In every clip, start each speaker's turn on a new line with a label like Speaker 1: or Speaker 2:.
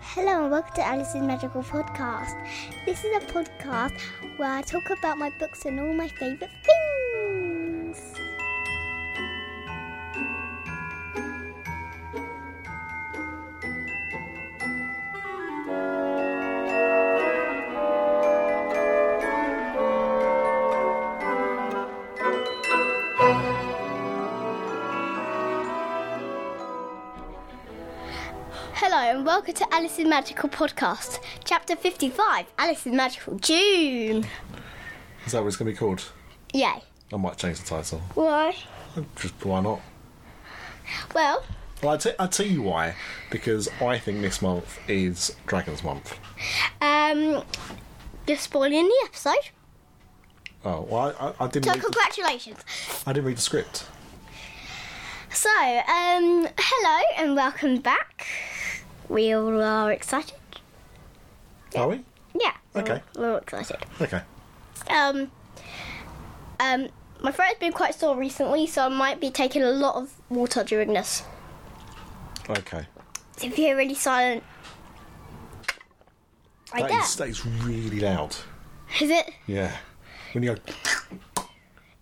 Speaker 1: Hello and welcome to Alice's Magical Podcast. This is a podcast where I talk about my books and all my favourite things. Hello and welcome to Alice's Magical Podcast, Chapter 55 Alice's Magical June.
Speaker 2: Is that what it's going to be called?
Speaker 1: Yay.
Speaker 2: I might change the title.
Speaker 1: Why?
Speaker 2: Just why not?
Speaker 1: Well,
Speaker 2: Well, I t- I'll tell you why. Because I think this month is Dragon's Month.
Speaker 1: um, you're spoiling the episode.
Speaker 2: Oh, well, I, I, I didn't.
Speaker 1: So,
Speaker 2: Read the,
Speaker 1: congratulations.
Speaker 2: I didn't read the script.
Speaker 1: So, um, hello and welcome back. We all are excited.
Speaker 2: Are we?
Speaker 1: Yeah. we're-
Speaker 2: Okay.
Speaker 1: We're all excited.
Speaker 2: Okay.
Speaker 1: Um, um, my throat has been quite sore recently, so I might be taking a lot of water during this.
Speaker 2: Okay.
Speaker 1: So if you're really silent, like
Speaker 2: That is,
Speaker 1: that,
Speaker 2: that is really loud.
Speaker 1: is it?
Speaker 2: Yeah. When you go,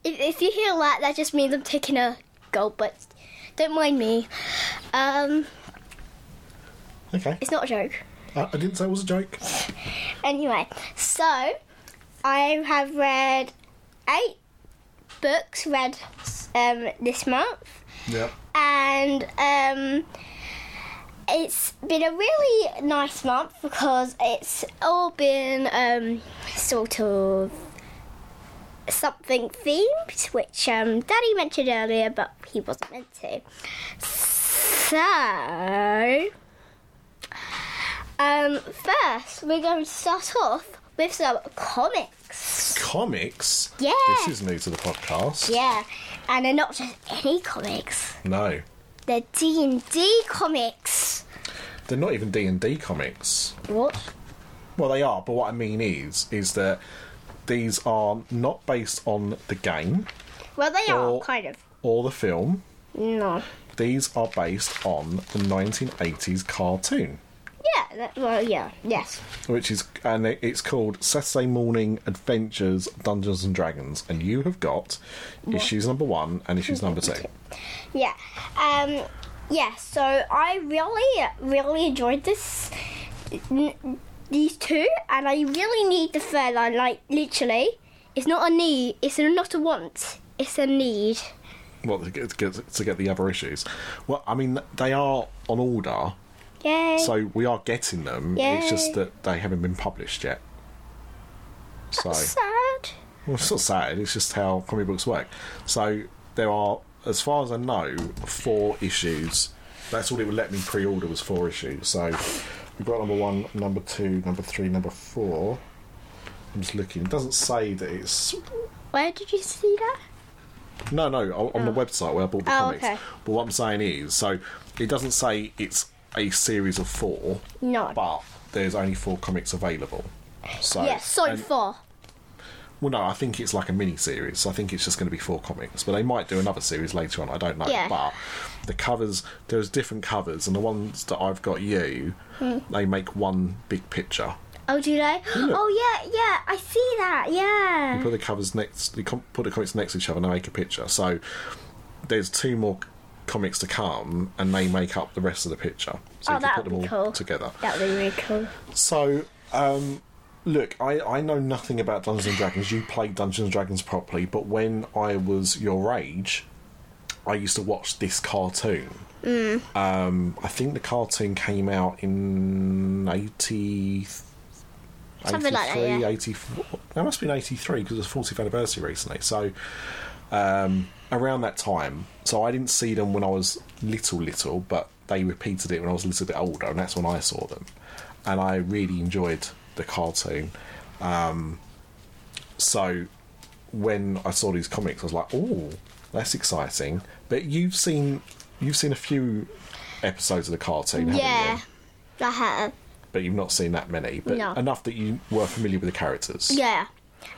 Speaker 1: If, if you hear that, that just means I'm taking a gulp, but don't mind me. Um,
Speaker 2: okay.
Speaker 1: it's not a joke.
Speaker 2: I, I didn't say it was a joke.
Speaker 1: Anyway, so I have read eight books read um, this month,
Speaker 2: Yeah.
Speaker 1: and um, it's been a really nice month because it's all been um, sort of something themed, which um, Daddy mentioned earlier, but he wasn't meant to. So, um, first we're going to start off with some comics.
Speaker 2: Comics.
Speaker 1: Yeah.
Speaker 2: This is new to the podcast.
Speaker 1: Yeah, and they're not just any comics.
Speaker 2: No,
Speaker 1: The D and D comics.
Speaker 2: they're not even D and D comics.
Speaker 1: What?
Speaker 2: Well, they are, but what I mean is, is that these are not based on the game
Speaker 1: Well, they
Speaker 2: Well-
Speaker 1: are kind of.
Speaker 2: or the film.
Speaker 1: No.
Speaker 2: These are based on the 1980s cartoon,
Speaker 1: Yeah. That, well, yeah. Yes.
Speaker 2: which is and it- it's called Saturday Morning Adventures Dungeons and Dragons, and you have got issues number one and issues number two.
Speaker 1: Yeah. Um. Yeah. So I really, really enjoyed this. N- these two, and I really need the third line. Like literally, it's not a need. It's not a want. It's a need.
Speaker 2: Well, to get, to get- to get the other issues. Well, I mean they are on order,
Speaker 1: Yay.
Speaker 2: so we are getting them. It's
Speaker 1: Yay.
Speaker 2: just that they haven't been published yet. So.
Speaker 1: sad.
Speaker 2: Well, it's not sad. It's just how comic books work. So there are, as far as I know, four issues. That's all it would let me pre-order was four issues. So we've got number one, number two, number three, number four. I'm just looking. It doesn't say that it's
Speaker 1: Where did you see that?
Speaker 2: no, no on on the website where I bought the
Speaker 1: Oh,
Speaker 2: comics.
Speaker 1: okay.
Speaker 2: But what I'm saying is, so it doesn't say it's a series of four,
Speaker 1: No.
Speaker 2: but there's only four comics available. So
Speaker 1: Yes. so
Speaker 2: and-
Speaker 1: far.
Speaker 2: Well, no, I think it's like a mini series. So I think it's just going to be four comics, but they might do another series later on. I don't know.
Speaker 1: Yeah.
Speaker 2: But the covers, there's different covers, and the ones that I've got you,
Speaker 1: Hmm.
Speaker 2: they make one big picture.
Speaker 1: Oh, do they?
Speaker 2: look.
Speaker 1: Oh, yeah, yeah. I see that. Yeah.
Speaker 2: You put the covers next, you com- put the comics next to each other, and they make a picture. So there's two more c- comics to come, and they make up the rest of the picture. So
Speaker 1: Oh,
Speaker 2: you can
Speaker 1: that
Speaker 2: put them
Speaker 1: would
Speaker 2: all
Speaker 1: be cool.
Speaker 2: together.
Speaker 1: That would be really cool.
Speaker 2: So, um, look, I, I know nothing about Dungeons and Dragons. You played Dungeons and Dragons properly, but when I was your age, I used to watch this cartoon. Um, I think the cartoon came out in 80.
Speaker 1: Something like that,
Speaker 2: 83,
Speaker 1: yeah.
Speaker 2: 84. That must have been 83 because it was 40th anniversary recently. So, um, around that time. So I didn't see them when I was little, little, but they repeated it when I was a little bit older, and that's when I saw them. And I really enjoyed the cartoon. Um, so when I saw these comics, I was like, "Oh, that's exciting!" But you've seen you've seen a few episodes of the cartoon, haven't
Speaker 1: Yeah.
Speaker 2: you?
Speaker 1: I have.
Speaker 2: But you've not seen that many, but
Speaker 1: No.
Speaker 2: enough that you were familiar with the characters.
Speaker 1: Yeah.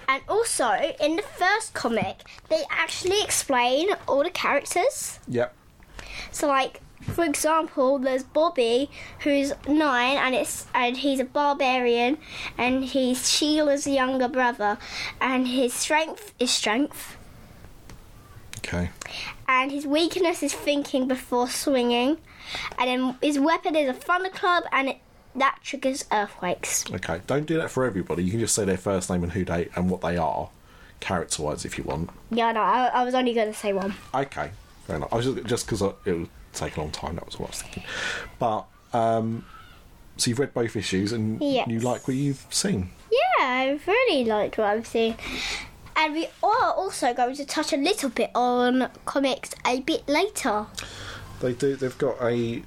Speaker 1: And also, in the first comic, they actually explain all the characters.
Speaker 2: Yep.
Speaker 1: So, like, for example, there's Bobby who's nine and it's and he's a barbarian and he's Sheila's younger brother and his strength is strength
Speaker 2: Okay.
Speaker 1: and his weakness is thinking before swinging and then his weapon is a thunder club and it, that triggers earthquakes.
Speaker 2: Okay. Don't do that for everybody. You can just say their first name and who they and what they are, character wise, if you want.
Speaker 1: Yeah, no, I, I was only going to say one.
Speaker 2: Okay. Fair enough. I was just just because it would take a long time. That was what I was thinking. But um, so you've read both issues and
Speaker 1: Yes.
Speaker 2: you like what you've seen.
Speaker 1: Yeah, I really liked what I've seen. And we are also going to touch a little bit on comics a bit later.
Speaker 2: They do. They've got a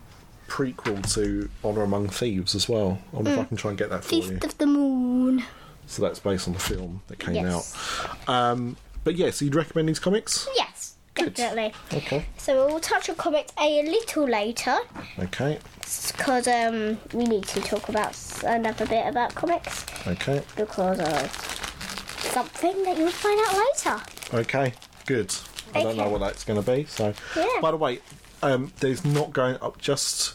Speaker 2: prequel to Honor Among Thieves as well. I wonder if I can try and get that for you.
Speaker 1: Mm. Feast of the Moon.
Speaker 2: So that's based on the film that came
Speaker 1: Yes.
Speaker 2: out. Um, but yeah, so you'd recommend these comics?
Speaker 1: Yes,
Speaker 2: Good.
Speaker 1: definitely.
Speaker 2: Okay.
Speaker 1: So we'll touch on comics a little later
Speaker 2: Okay.
Speaker 1: because um, we need to talk about s- another bit about comics
Speaker 2: Okay.
Speaker 1: because of something that you'll find out later.
Speaker 2: Okay. Good. I don't know
Speaker 1: Okay.
Speaker 2: what that's going to be. So,
Speaker 1: Yeah.
Speaker 2: by the way, um, there's not going up just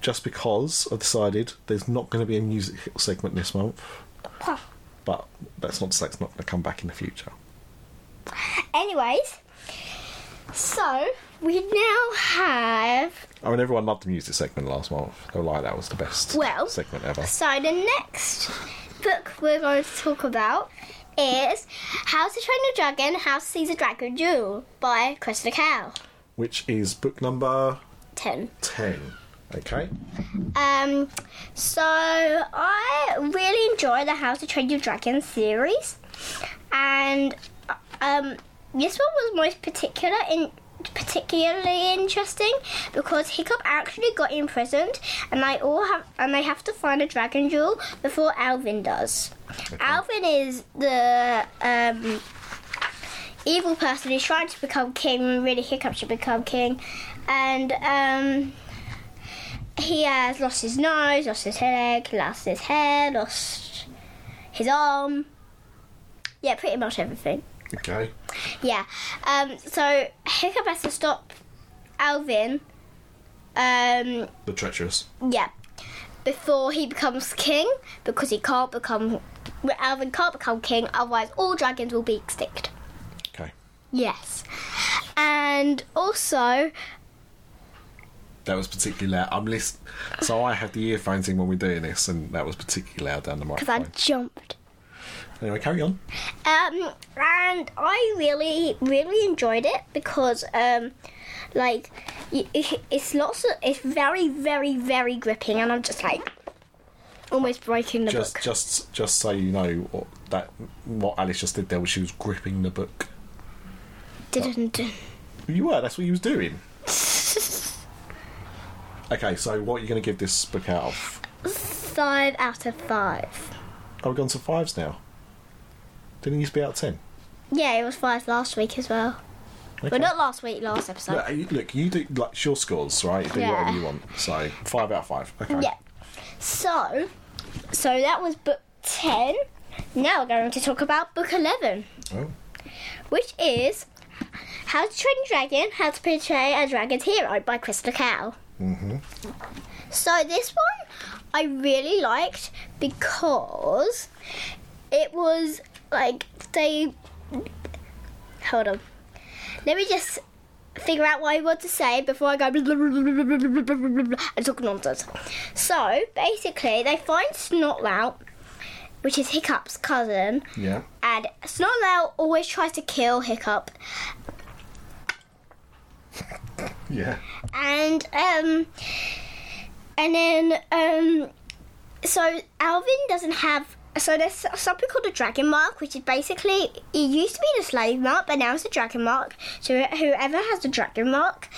Speaker 2: just because I decided there's not going to be a music segment this month.
Speaker 1: Huh.
Speaker 2: But that's not to say it's not going to come back in the future.
Speaker 1: Anyways, so we now have
Speaker 2: I mean, everyone loved the music segment last month. They were like, that was the best
Speaker 1: Well,
Speaker 2: segment ever.
Speaker 1: So the next book we're going to talk about is How to Train Your Dragon, How to Seize a Dragon Jewel by Crystal Cow.
Speaker 2: Which is book number
Speaker 1: 10.
Speaker 2: 10. Okay.
Speaker 1: Um, so I really enjoy the How to Train Your Dragon series, and um, this one was most particular in particularly interesting because Hiccup actually got imprisoned, and they all have and they have to find a dragon jewel before Alvin does. Alvin is the um, evil person who's trying to become king. and Really, Hiccup should become king, and um he has lost his nose, lost his leg, lost his hair, lost his arm. Yeah, pretty much everything.
Speaker 2: Okay.
Speaker 1: Yeah. Um, so Hiccup has to stop Alvin. Um,
Speaker 2: The treacherous.
Speaker 1: yeah. Before he becomes king, because he can't become. Alvin can't become king, otherwise, all dragons will be extinct.
Speaker 2: Okay.
Speaker 1: Yes. And also,
Speaker 2: That was particularly loud. I'm list- so I had the earphones in when we were doing this, and that was particularly loud down the
Speaker 1: because I
Speaker 2: microphone.
Speaker 1: jumped.
Speaker 2: Anyway, carry on.
Speaker 1: Um, and I really, really enjoyed it because, um, like, y- it- it's lots of, it's very, very, very gripping, and I'm just like almost breaking the
Speaker 2: Just,
Speaker 1: book.
Speaker 2: just, just so you know what, that what Alice just did there was she was gripping the book.
Speaker 1: Didn't.
Speaker 2: You were. That's what you was doing. Okay, so what are you going to give this book out of?
Speaker 1: Five out of five.
Speaker 2: I've Oh, gone to fives now. Didn't it used to be out of ten.
Speaker 1: Yeah, it was five last week as well.
Speaker 2: Okay.
Speaker 1: Well, not last week, last episode.
Speaker 2: Look, you- look, you do like it's your scores, right? Do
Speaker 1: Yeah.
Speaker 2: whatever you want. So five out of five. Okay.
Speaker 1: Yeah. So, so that was book ten. Now we're going to talk about book eleven.
Speaker 2: Oh,
Speaker 1: which is How to Train a Dragon, How to Portray a Dragon's Hero by Crystal Cow. Mm-hmm. So this one I really liked because it was like they. Hold on. Let me just figure out what I want to say before I go blah, blah, blah, blah, blah, blah, blah, blah, blah, and talk nonsense. So basically, they find Snotlout, which is Hiccup's cousin,
Speaker 2: yeah.
Speaker 1: and Snotlout always tries to kill Hiccup.
Speaker 2: Yeah.
Speaker 1: And um and then um so Alvin doesn't have so there's something called a dragon mark, which is basically it used to be the slave mark, but now it's a dragon mark. So whoever has the dragon mark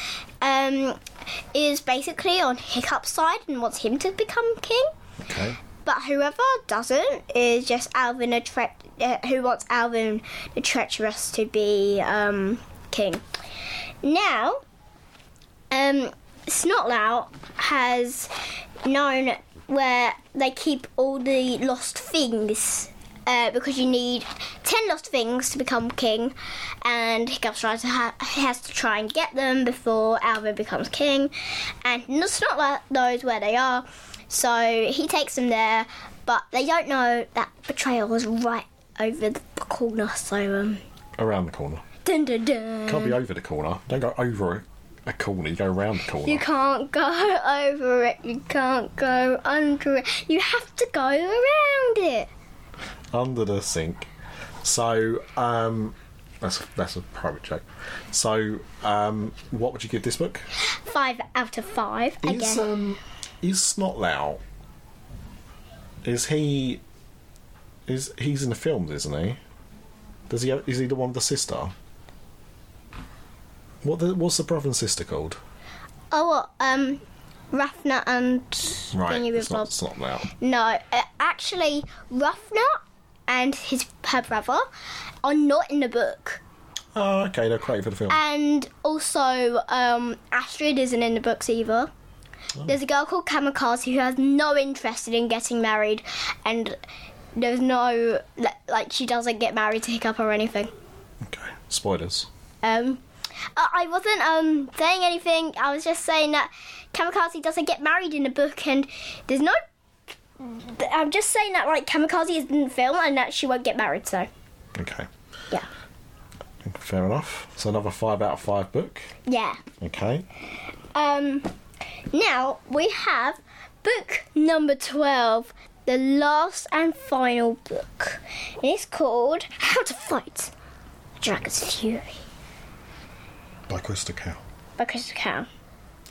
Speaker 1: um, is basically on Hiccup's side and wants him to become king.
Speaker 2: Okay.
Speaker 1: But whoever doesn't is just Alvin the tre- uh, who wants Alvin the treacherous to be um, king. Now, um, Snotlout has known where they keep all the lost things uh, because you need ten lost things to become king, and Hiccup tries to ha- has to try and get them before Alvin becomes king, and Snotler knows where they are, so he takes them there, but they don't know that betrayal was right over the corner. So um,
Speaker 2: Around the corner.
Speaker 1: dun dun dun.
Speaker 2: Can't be over the corner. Don't go over a, a corner, you go around the corner.
Speaker 1: You can't go over it. You can't go under it. You have to go around it.
Speaker 2: under the sink. So, um, that's a, that's a private joke. So, um, what would you give this book?
Speaker 1: Five out of five
Speaker 2: Is
Speaker 1: again.
Speaker 2: um, is Snotlow? Is he? Is he's in the films, isn't he? Does he? Have, is he the one with the sister? What the, what's the brother and sister called?
Speaker 1: Oh, what? Um, Ruffnut and
Speaker 2: Right,
Speaker 1: Thingy with
Speaker 2: it's not
Speaker 1: Bob.
Speaker 2: Snotlow.
Speaker 1: No, uh, actually, Ruffnut and his her brother are not in the book.
Speaker 2: Oh, okay, they're great for the film.
Speaker 1: And also, um, Astrid isn't in the books either. There's a girl called Kamikaze who has no interest in getting married, and there's no li- like she doesn't get married to Hiccup or anything.
Speaker 2: okay, spoilers.
Speaker 1: Um, I I wasn't um saying anything. I was just saying that Kamikaze doesn't get married in the book, and there's no. I'm just saying that like Kamikaze is in the film, and that she won't get married. So
Speaker 2: Okay,
Speaker 1: yeah,
Speaker 2: fair enough. So another five out of five book.
Speaker 1: yeah.
Speaker 2: Okay,
Speaker 1: Um, now we have book number 12, the last and final book. And it's called How to Fight Dragon's Fury
Speaker 2: by Krista Cow.
Speaker 1: by Crystal Cow.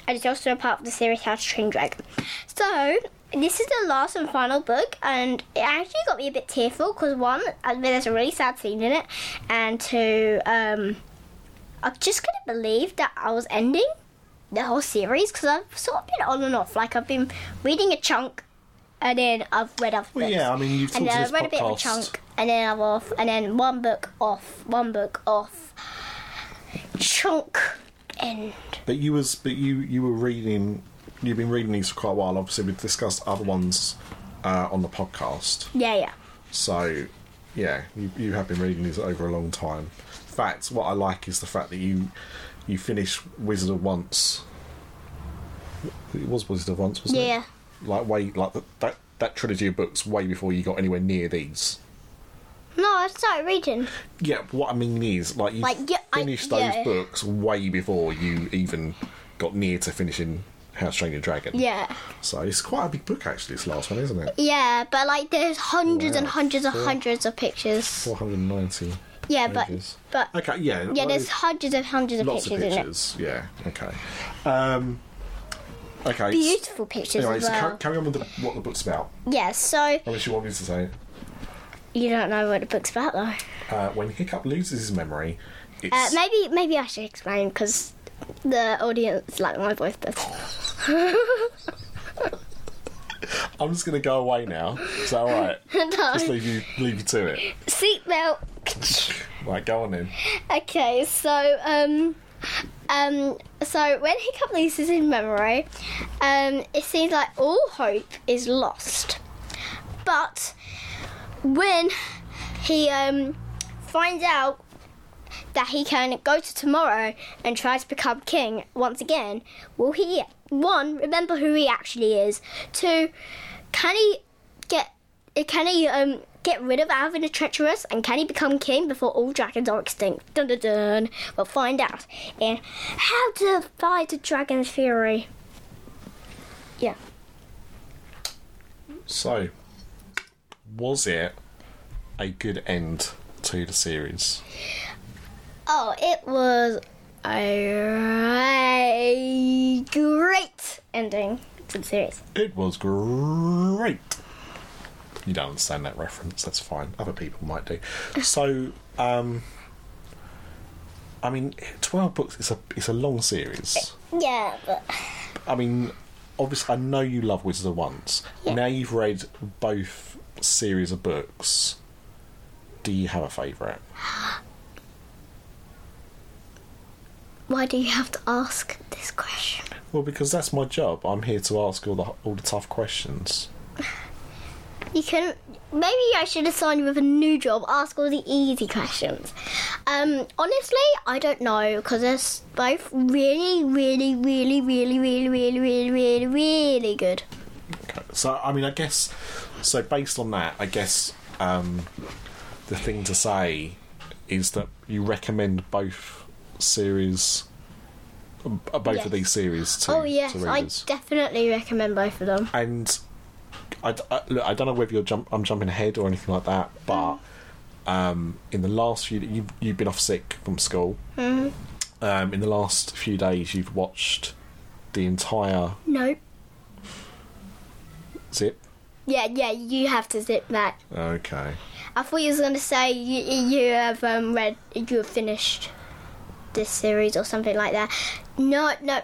Speaker 1: And it's also a part of the series How to Train Dragon. So, this is the last and final book, and it actually got me a bit tearful because one, I mean, there's a really sad scene in it, and two, um, I just couldn't believe that I was ending the whole series because I've sort of been on and off. Like, I've been reading a chunk, and then I've read other books.
Speaker 2: Well, yeah, I mean, you've
Speaker 1: And
Speaker 2: talked
Speaker 1: then
Speaker 2: to
Speaker 1: I
Speaker 2: this
Speaker 1: read a bit of a
Speaker 2: podcast.
Speaker 1: chunk, and then I'm off, and then one book off, one book off. Chunk end.
Speaker 2: But you was but you you were reading you've been reading these for quite a while. Obviously, we've discussed other ones uh, on the podcast.
Speaker 1: Yeah, yeah.
Speaker 2: So yeah, you, you have been reading these over a long time. In fact, what I like is the fact that you you finish Wizard of Once. It was Wizard of Once, wasn't
Speaker 1: Yeah.
Speaker 2: it? Like way like th- that that trilogy of books way before you got anywhere near these.
Speaker 1: No, I started reading.
Speaker 2: Yeah, but what I mean is, like, you
Speaker 1: Like, yeah, I-
Speaker 2: finished those
Speaker 1: yeah.
Speaker 2: books way before you even got near to finishing How to Train Your Dragon.
Speaker 1: Yeah.
Speaker 2: So it's quite a big book, actually, this last one, isn't it?
Speaker 1: Yeah, but like there's hundreds and
Speaker 2: Wow,
Speaker 1: hundreds and
Speaker 2: four-
Speaker 1: hundreds of pictures.
Speaker 2: 490.
Speaker 1: Yeah, but
Speaker 2: pages.
Speaker 1: but
Speaker 2: Okay, yeah.
Speaker 1: yeah,
Speaker 2: well,
Speaker 1: there's hundreds and hundreds of
Speaker 2: lots
Speaker 1: pictures,
Speaker 2: of
Speaker 1: in it.
Speaker 2: pictures. Yeah, okay. Um, okay. s-
Speaker 1: Beautiful pictures
Speaker 2: Anyway,
Speaker 1: as
Speaker 2: so ca-
Speaker 1: well.
Speaker 2: carry on with the, what the book's about.
Speaker 1: yeah, so
Speaker 2: Unless you want me to say,
Speaker 1: you don't know what the book's about though.
Speaker 2: uh, when Hiccup loses his memory, it's.
Speaker 1: Uh, maybe maybe I should explain because the audience like my voice better.
Speaker 2: I'm just going to go away now. Is that alright? Just
Speaker 1: no.
Speaker 2: leave you, leave you to it.
Speaker 1: Seatbelt.
Speaker 2: Right, go on then.
Speaker 1: Okay, so um, um, so when Hiccup loses his memory, um, it seems like all hope is lost. But when he um finds out that he can go to tomorrow and try to become king once again, will he one remember who he actually is? Two, can he get? Can he um get rid of Alvin the Treacherous and can he become king before all dragons are extinct? Dun dun dun. We'll find out in How to Fight a Dragon's Fury. Yeah.
Speaker 2: So, was it a good end to the series?
Speaker 1: Oh, it was a great ending to the series.
Speaker 2: It was great. You don't understand that reference. That's fine. Other people might do. So, um, I mean, twelve books. It's a it's a long series.
Speaker 1: Yeah, but
Speaker 2: I mean, obviously, I know you love Wizard of Once. Now you've read both series of books. Do you have a favourite?
Speaker 1: why do you have to ask this question?
Speaker 2: Well, because that's my job. I'm here to ask all the all the tough questions.
Speaker 1: You can. Maybe I should assign you with a new job. Ask all the easy questions. Um, honestly, I don't know because they're both really, really, really, really, really, really, really, really, really good.
Speaker 2: Okay. So I mean, I guess. So based on that, I guess um, the thing to say is that you recommend both series, uh, both
Speaker 1: Yes.
Speaker 2: of these series to.
Speaker 1: oh yes,
Speaker 2: to
Speaker 1: I
Speaker 2: readers.
Speaker 1: definitely recommend both of them.
Speaker 2: and I, d- I- look, I don't know whether you're jump, I'm jumping ahead or anything like that, but
Speaker 1: Mm-hmm.
Speaker 2: um, in the last few you've you've been off sick from school.
Speaker 1: Mm-hmm.
Speaker 2: Um, in the last few days, you've watched the entire
Speaker 1: Nope.
Speaker 2: zip.
Speaker 1: Yeah, yeah, you have to zip back.
Speaker 2: Okay.
Speaker 1: I thought you was gonna say you, you have um, read, you have finished this series or something like that. No, no,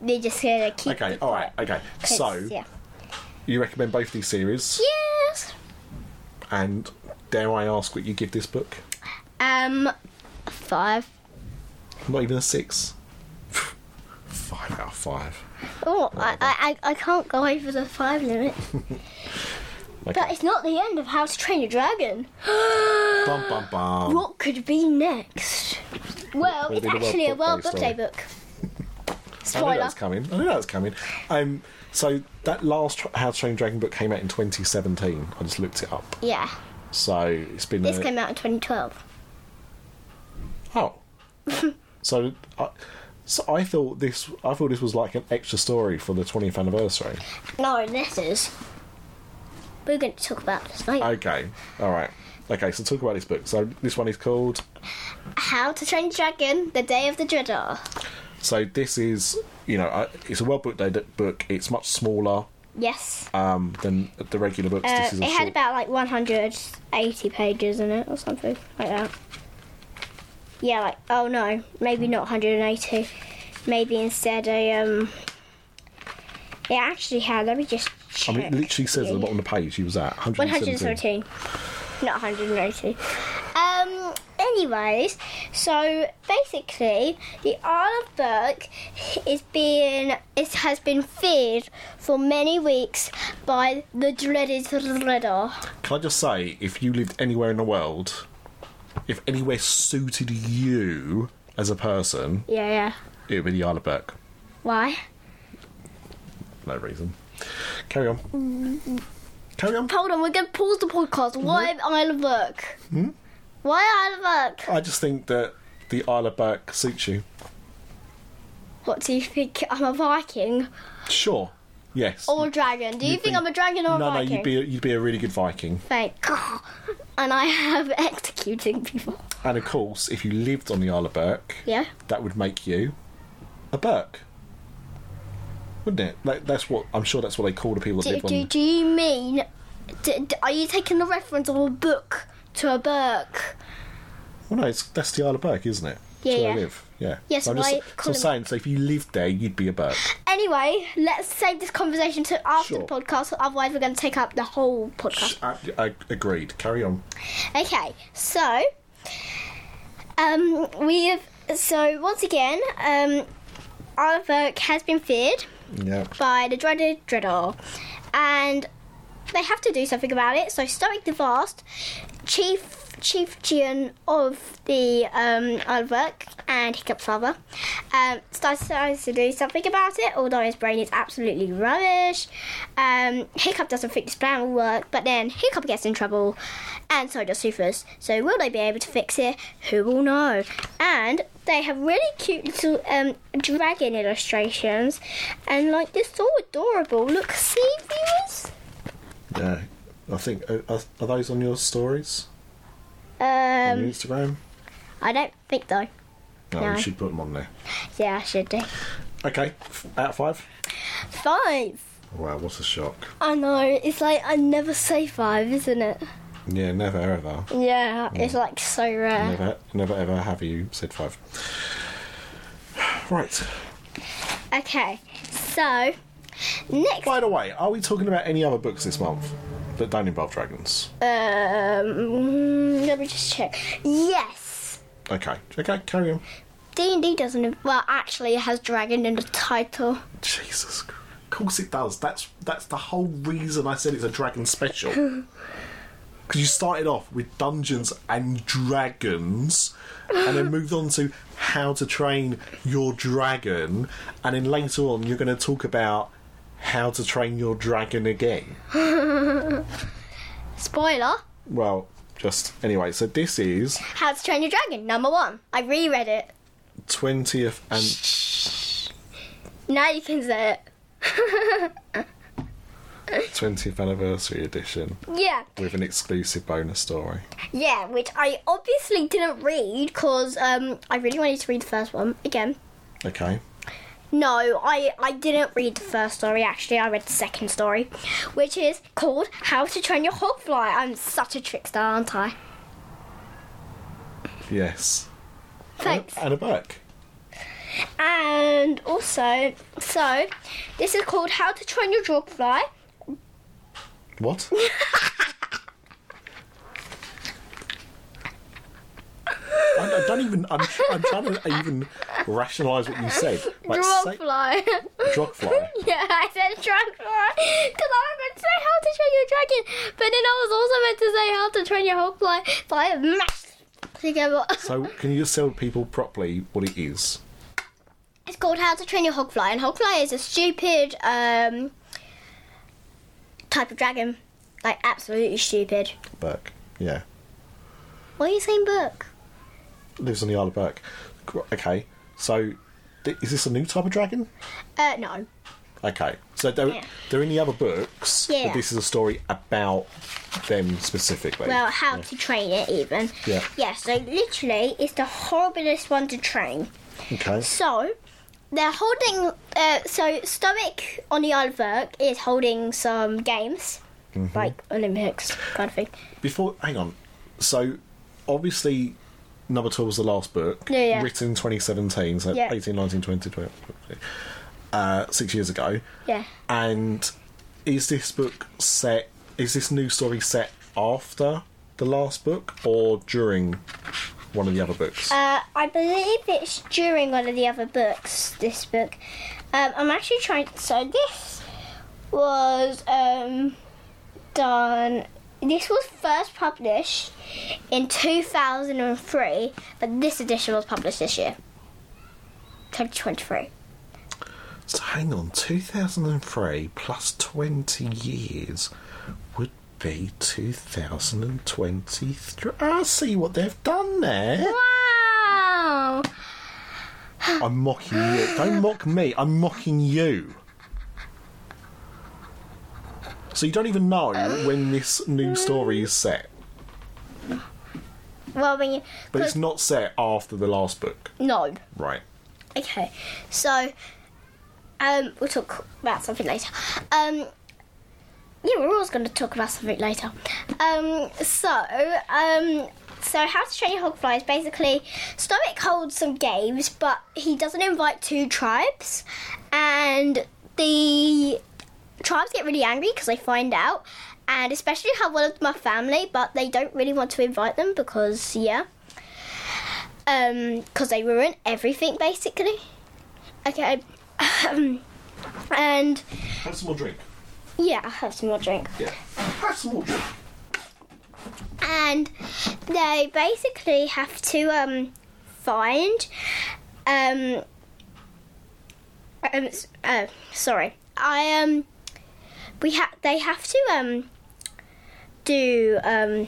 Speaker 1: they're just gonna keep.
Speaker 2: Okay. All right. Okay.
Speaker 1: Kids,
Speaker 2: So
Speaker 1: yeah.
Speaker 2: you recommend both these series,
Speaker 1: Yes.
Speaker 2: and dare I ask what you give this book?
Speaker 1: Um, five.
Speaker 2: Not even a six. five out of five.
Speaker 1: Oh, I, I, I I can't go over the five limit.
Speaker 2: Okay.
Speaker 1: But it's not the end of How to Train Your Dragon.
Speaker 2: Bum bum bum.
Speaker 1: What could be next? Well,
Speaker 2: Would it
Speaker 1: it's
Speaker 2: be the World
Speaker 1: actually a World
Speaker 2: Book Day
Speaker 1: Book Day book.
Speaker 2: story? I knew
Speaker 1: Spoiler.
Speaker 2: that was coming. I knew that was coming. Um, so that last Tr- How to Train Your Dragon book came out in 2017. I just looked it up.
Speaker 1: Yeah,
Speaker 2: So it's been.
Speaker 1: this
Speaker 2: a-
Speaker 1: came out in 2012.
Speaker 2: Oh. so, I, so I thought this. I thought this was like an extra story for the 20th anniversary.
Speaker 1: No, this is. We're going to talk about this later.
Speaker 2: Okay. All right. Okay. So talk about this book. So this one is called.
Speaker 1: How to Train Your Dragon: The Day of the Dreadnought.
Speaker 2: So this is you know I- it's a World Book Day d- book. It's much smaller
Speaker 1: Yes.
Speaker 2: um, than the regular books.
Speaker 1: Uh,
Speaker 2: this
Speaker 1: it
Speaker 2: is a
Speaker 1: had
Speaker 2: short-
Speaker 1: about like 180 pages in it or something like that. Yeah, like oh no, maybe not 180. Maybe instead a um. It actually had. Let me just
Speaker 2: I
Speaker 1: check.
Speaker 2: mean, it literally says at the bottom of the page he was at 117.
Speaker 1: 113. Not 180. Um, anyways, so basically, the Isle of Burke is being, it has been feared for many weeks by the dreaded Riddler.
Speaker 2: Can I just say, if you lived anywhere in the world, if anywhere suited you as a person,
Speaker 1: Yeah, yeah.
Speaker 2: it would be the Isle of Burke.
Speaker 1: Why?
Speaker 2: No reason. Carry on. Carry on.
Speaker 1: Hold on, we're going to pause the podcast.
Speaker 2: Mm-hmm.
Speaker 1: Why Isle of Burke?
Speaker 2: Hmm?
Speaker 1: Why Isle of Burke?
Speaker 2: I just think that the Isle of Burke suits you.
Speaker 1: What do you think? I'm a Viking
Speaker 2: Sure. Yes.
Speaker 1: or a dragon? Do you,
Speaker 2: You'd
Speaker 1: think
Speaker 2: be-
Speaker 1: I'm a dragon or
Speaker 2: no,
Speaker 1: a
Speaker 2: no,
Speaker 1: Viking?
Speaker 2: you'd be a, you'd be a really good Viking.
Speaker 1: Thank God. And I have executing people.
Speaker 2: And of course, if you lived on the Isle of Burke,
Speaker 1: Yeah.
Speaker 2: that would make you a Burke, wouldn't it? That, that's what I'm sure. That's what they call the people that
Speaker 1: Do,
Speaker 2: live
Speaker 1: do,
Speaker 2: on.
Speaker 1: do you mean? Do, do- are you taking the reference of a book to a book?
Speaker 2: Well, no, it's, that's the Isle of Burke, isn't it?
Speaker 1: Yeah,
Speaker 2: that's where
Speaker 1: yeah.
Speaker 2: I live. Yeah.
Speaker 1: Yes,
Speaker 2: so I'm, just,
Speaker 1: why-
Speaker 2: so I'm saying, so if you lived there, you'd be a Burke.
Speaker 1: Anyway, let's save this conversation to after the
Speaker 2: Sure.
Speaker 1: podcast. Otherwise, we're going to take up the whole podcast.
Speaker 2: I, I- uh, agreed. Carry on.
Speaker 1: Okay, so um, we have. So once again, um, our book has been feared.
Speaker 2: Yeah.
Speaker 1: by the dreaded Dreador. And they have to do something about it. So Stoic the Vast, chief chieftain of the um, Isle of Work and Hiccup's father, um, starts, starts to do something about it, although his brain is absolutely rubbish. Um, Hiccup doesn't think this plan will work, but then Hiccup gets in trouble, and so does Sufus. So will they be able to fix it? Who will know? And they have really cute little um, dragon illustrations, and like they're so adorable. Look, see viewers.
Speaker 2: Yeah. I think uh, are, are are those on your stories on your
Speaker 1: Um,
Speaker 2: Instagram?
Speaker 1: I don't think though.
Speaker 2: No,
Speaker 1: no.
Speaker 2: you should put them on there.
Speaker 1: Yeah, I should do.
Speaker 2: Okay. f- Out of five.
Speaker 1: Five.
Speaker 2: Wow, what a shock.
Speaker 1: I know. It's like I never say five, isn't it?
Speaker 2: Yeah, never ever,
Speaker 1: Yeah, it's like so rare.
Speaker 2: never, never ever have you said five. Right.
Speaker 1: Okay, so next, um,
Speaker 2: By the way, are we talking about any other books this month that don't involve dragons?
Speaker 1: um, let me just check. Yes,
Speaker 2: Okay. Okay. Carry on.
Speaker 1: D and D doesn't. Well, actually, it has dragon in the title.
Speaker 2: Jesus Christ. course it does. That's that's the whole reason I said it's a dragon special. Because you started off with Dungeons and Dragons, and then moved on to how to train your dragon, and then later on you're going to talk about how to train your dragon again.
Speaker 1: Spoiler.
Speaker 2: Well, just anyway. So this is
Speaker 1: How to Train Your Dragon, number one. I reread it.
Speaker 2: twentieth and
Speaker 1: Now you can say it.
Speaker 2: twentieth anniversary edition
Speaker 1: Yeah.
Speaker 2: with an exclusive bonus story.
Speaker 1: Yeah, which I obviously didn't read because um, I really wanted to read the first one again.
Speaker 2: Okay.
Speaker 1: No, I, I didn't read the first story actually. I read the second story, which is called How to Train Your Hogfly. I'm such a trickster, aren't I?
Speaker 2: Yes.
Speaker 1: Thanks.
Speaker 2: And a book.
Speaker 1: And also, so this is called How to Train Your Dogfly.
Speaker 2: What? I don't- I don't even. I'm, I'm trying to even rationalise what you said. Like, say,
Speaker 1: Dogfly.
Speaker 2: Drogfly.
Speaker 1: yeah, I said Drogfly because I was meant to say How to Train Your Dragon, but then I was also meant to say How to Train Your Hogfly. So I mashed together.
Speaker 2: So, can you just tell people properly what it is?
Speaker 1: It's called How to Train Your Hogfly, and Hogfly is a stupid um, type of dragon. Like, absolutely stupid.
Speaker 2: Burke. Yeah.
Speaker 1: What are you saying, Book?
Speaker 2: Lives on the Isle of Burke. Gr- Okay. So, th- is this a new type of dragon?
Speaker 1: Uh, no.
Speaker 2: Okay. So, they're,
Speaker 1: Yeah.
Speaker 2: they're in the other books,
Speaker 1: Yeah.
Speaker 2: but this is a story about them specifically.
Speaker 1: Well, how to train it, even.
Speaker 2: Yeah.
Speaker 1: Yeah, so literally, it's the horriblest one to train.
Speaker 2: okay.
Speaker 1: So, they're holding. Uh, so, Stoic on the Isle of Urk is holding some games, like Olympics kind of thing.
Speaker 2: Before, hang on. So, obviously, number 12 was the last book,
Speaker 1: Yeah, yeah.
Speaker 2: written in 2017, so
Speaker 1: Yeah.
Speaker 2: 18, 19, 20, 20, uh, six years ago.
Speaker 1: Yeah.
Speaker 2: And is this book set, is this new story set after the last book or during one of the other books?
Speaker 1: Uh, I believe it's during one of the other books. This book, um, I'm actually trying. So this was um, done. This was first published in 2003, but this edition was published this year, 2023.
Speaker 2: so, hang on, 2003 plus 20 years would be 2023. I Ah, see what they've done there.
Speaker 1: Wow!
Speaker 2: I'm mocking you. Don't mock me. I'm mocking you. So you don't even know when this new story is set,
Speaker 1: Well, when you
Speaker 2: but it's not set after the last book,
Speaker 1: no.
Speaker 2: right?
Speaker 1: Okay, so um, we'll talk about something later. Um, yeah, we're always going to talk about something later. Um, so, um, so How to Train Your Hogfly is basically Stoic holds some games, but he doesn't invite two tribes, and the tribes get really angry because they find out, and especially how one of them are family, but they don't really want to invite them because yeah um because they ruin everything basically okay um, and
Speaker 2: Have some more drink.
Speaker 1: yeah i have some more drink
Speaker 2: Yeah. Have some more drink.
Speaker 1: and they basically have to um find um, um s- uh, sorry i um we have they have to um do um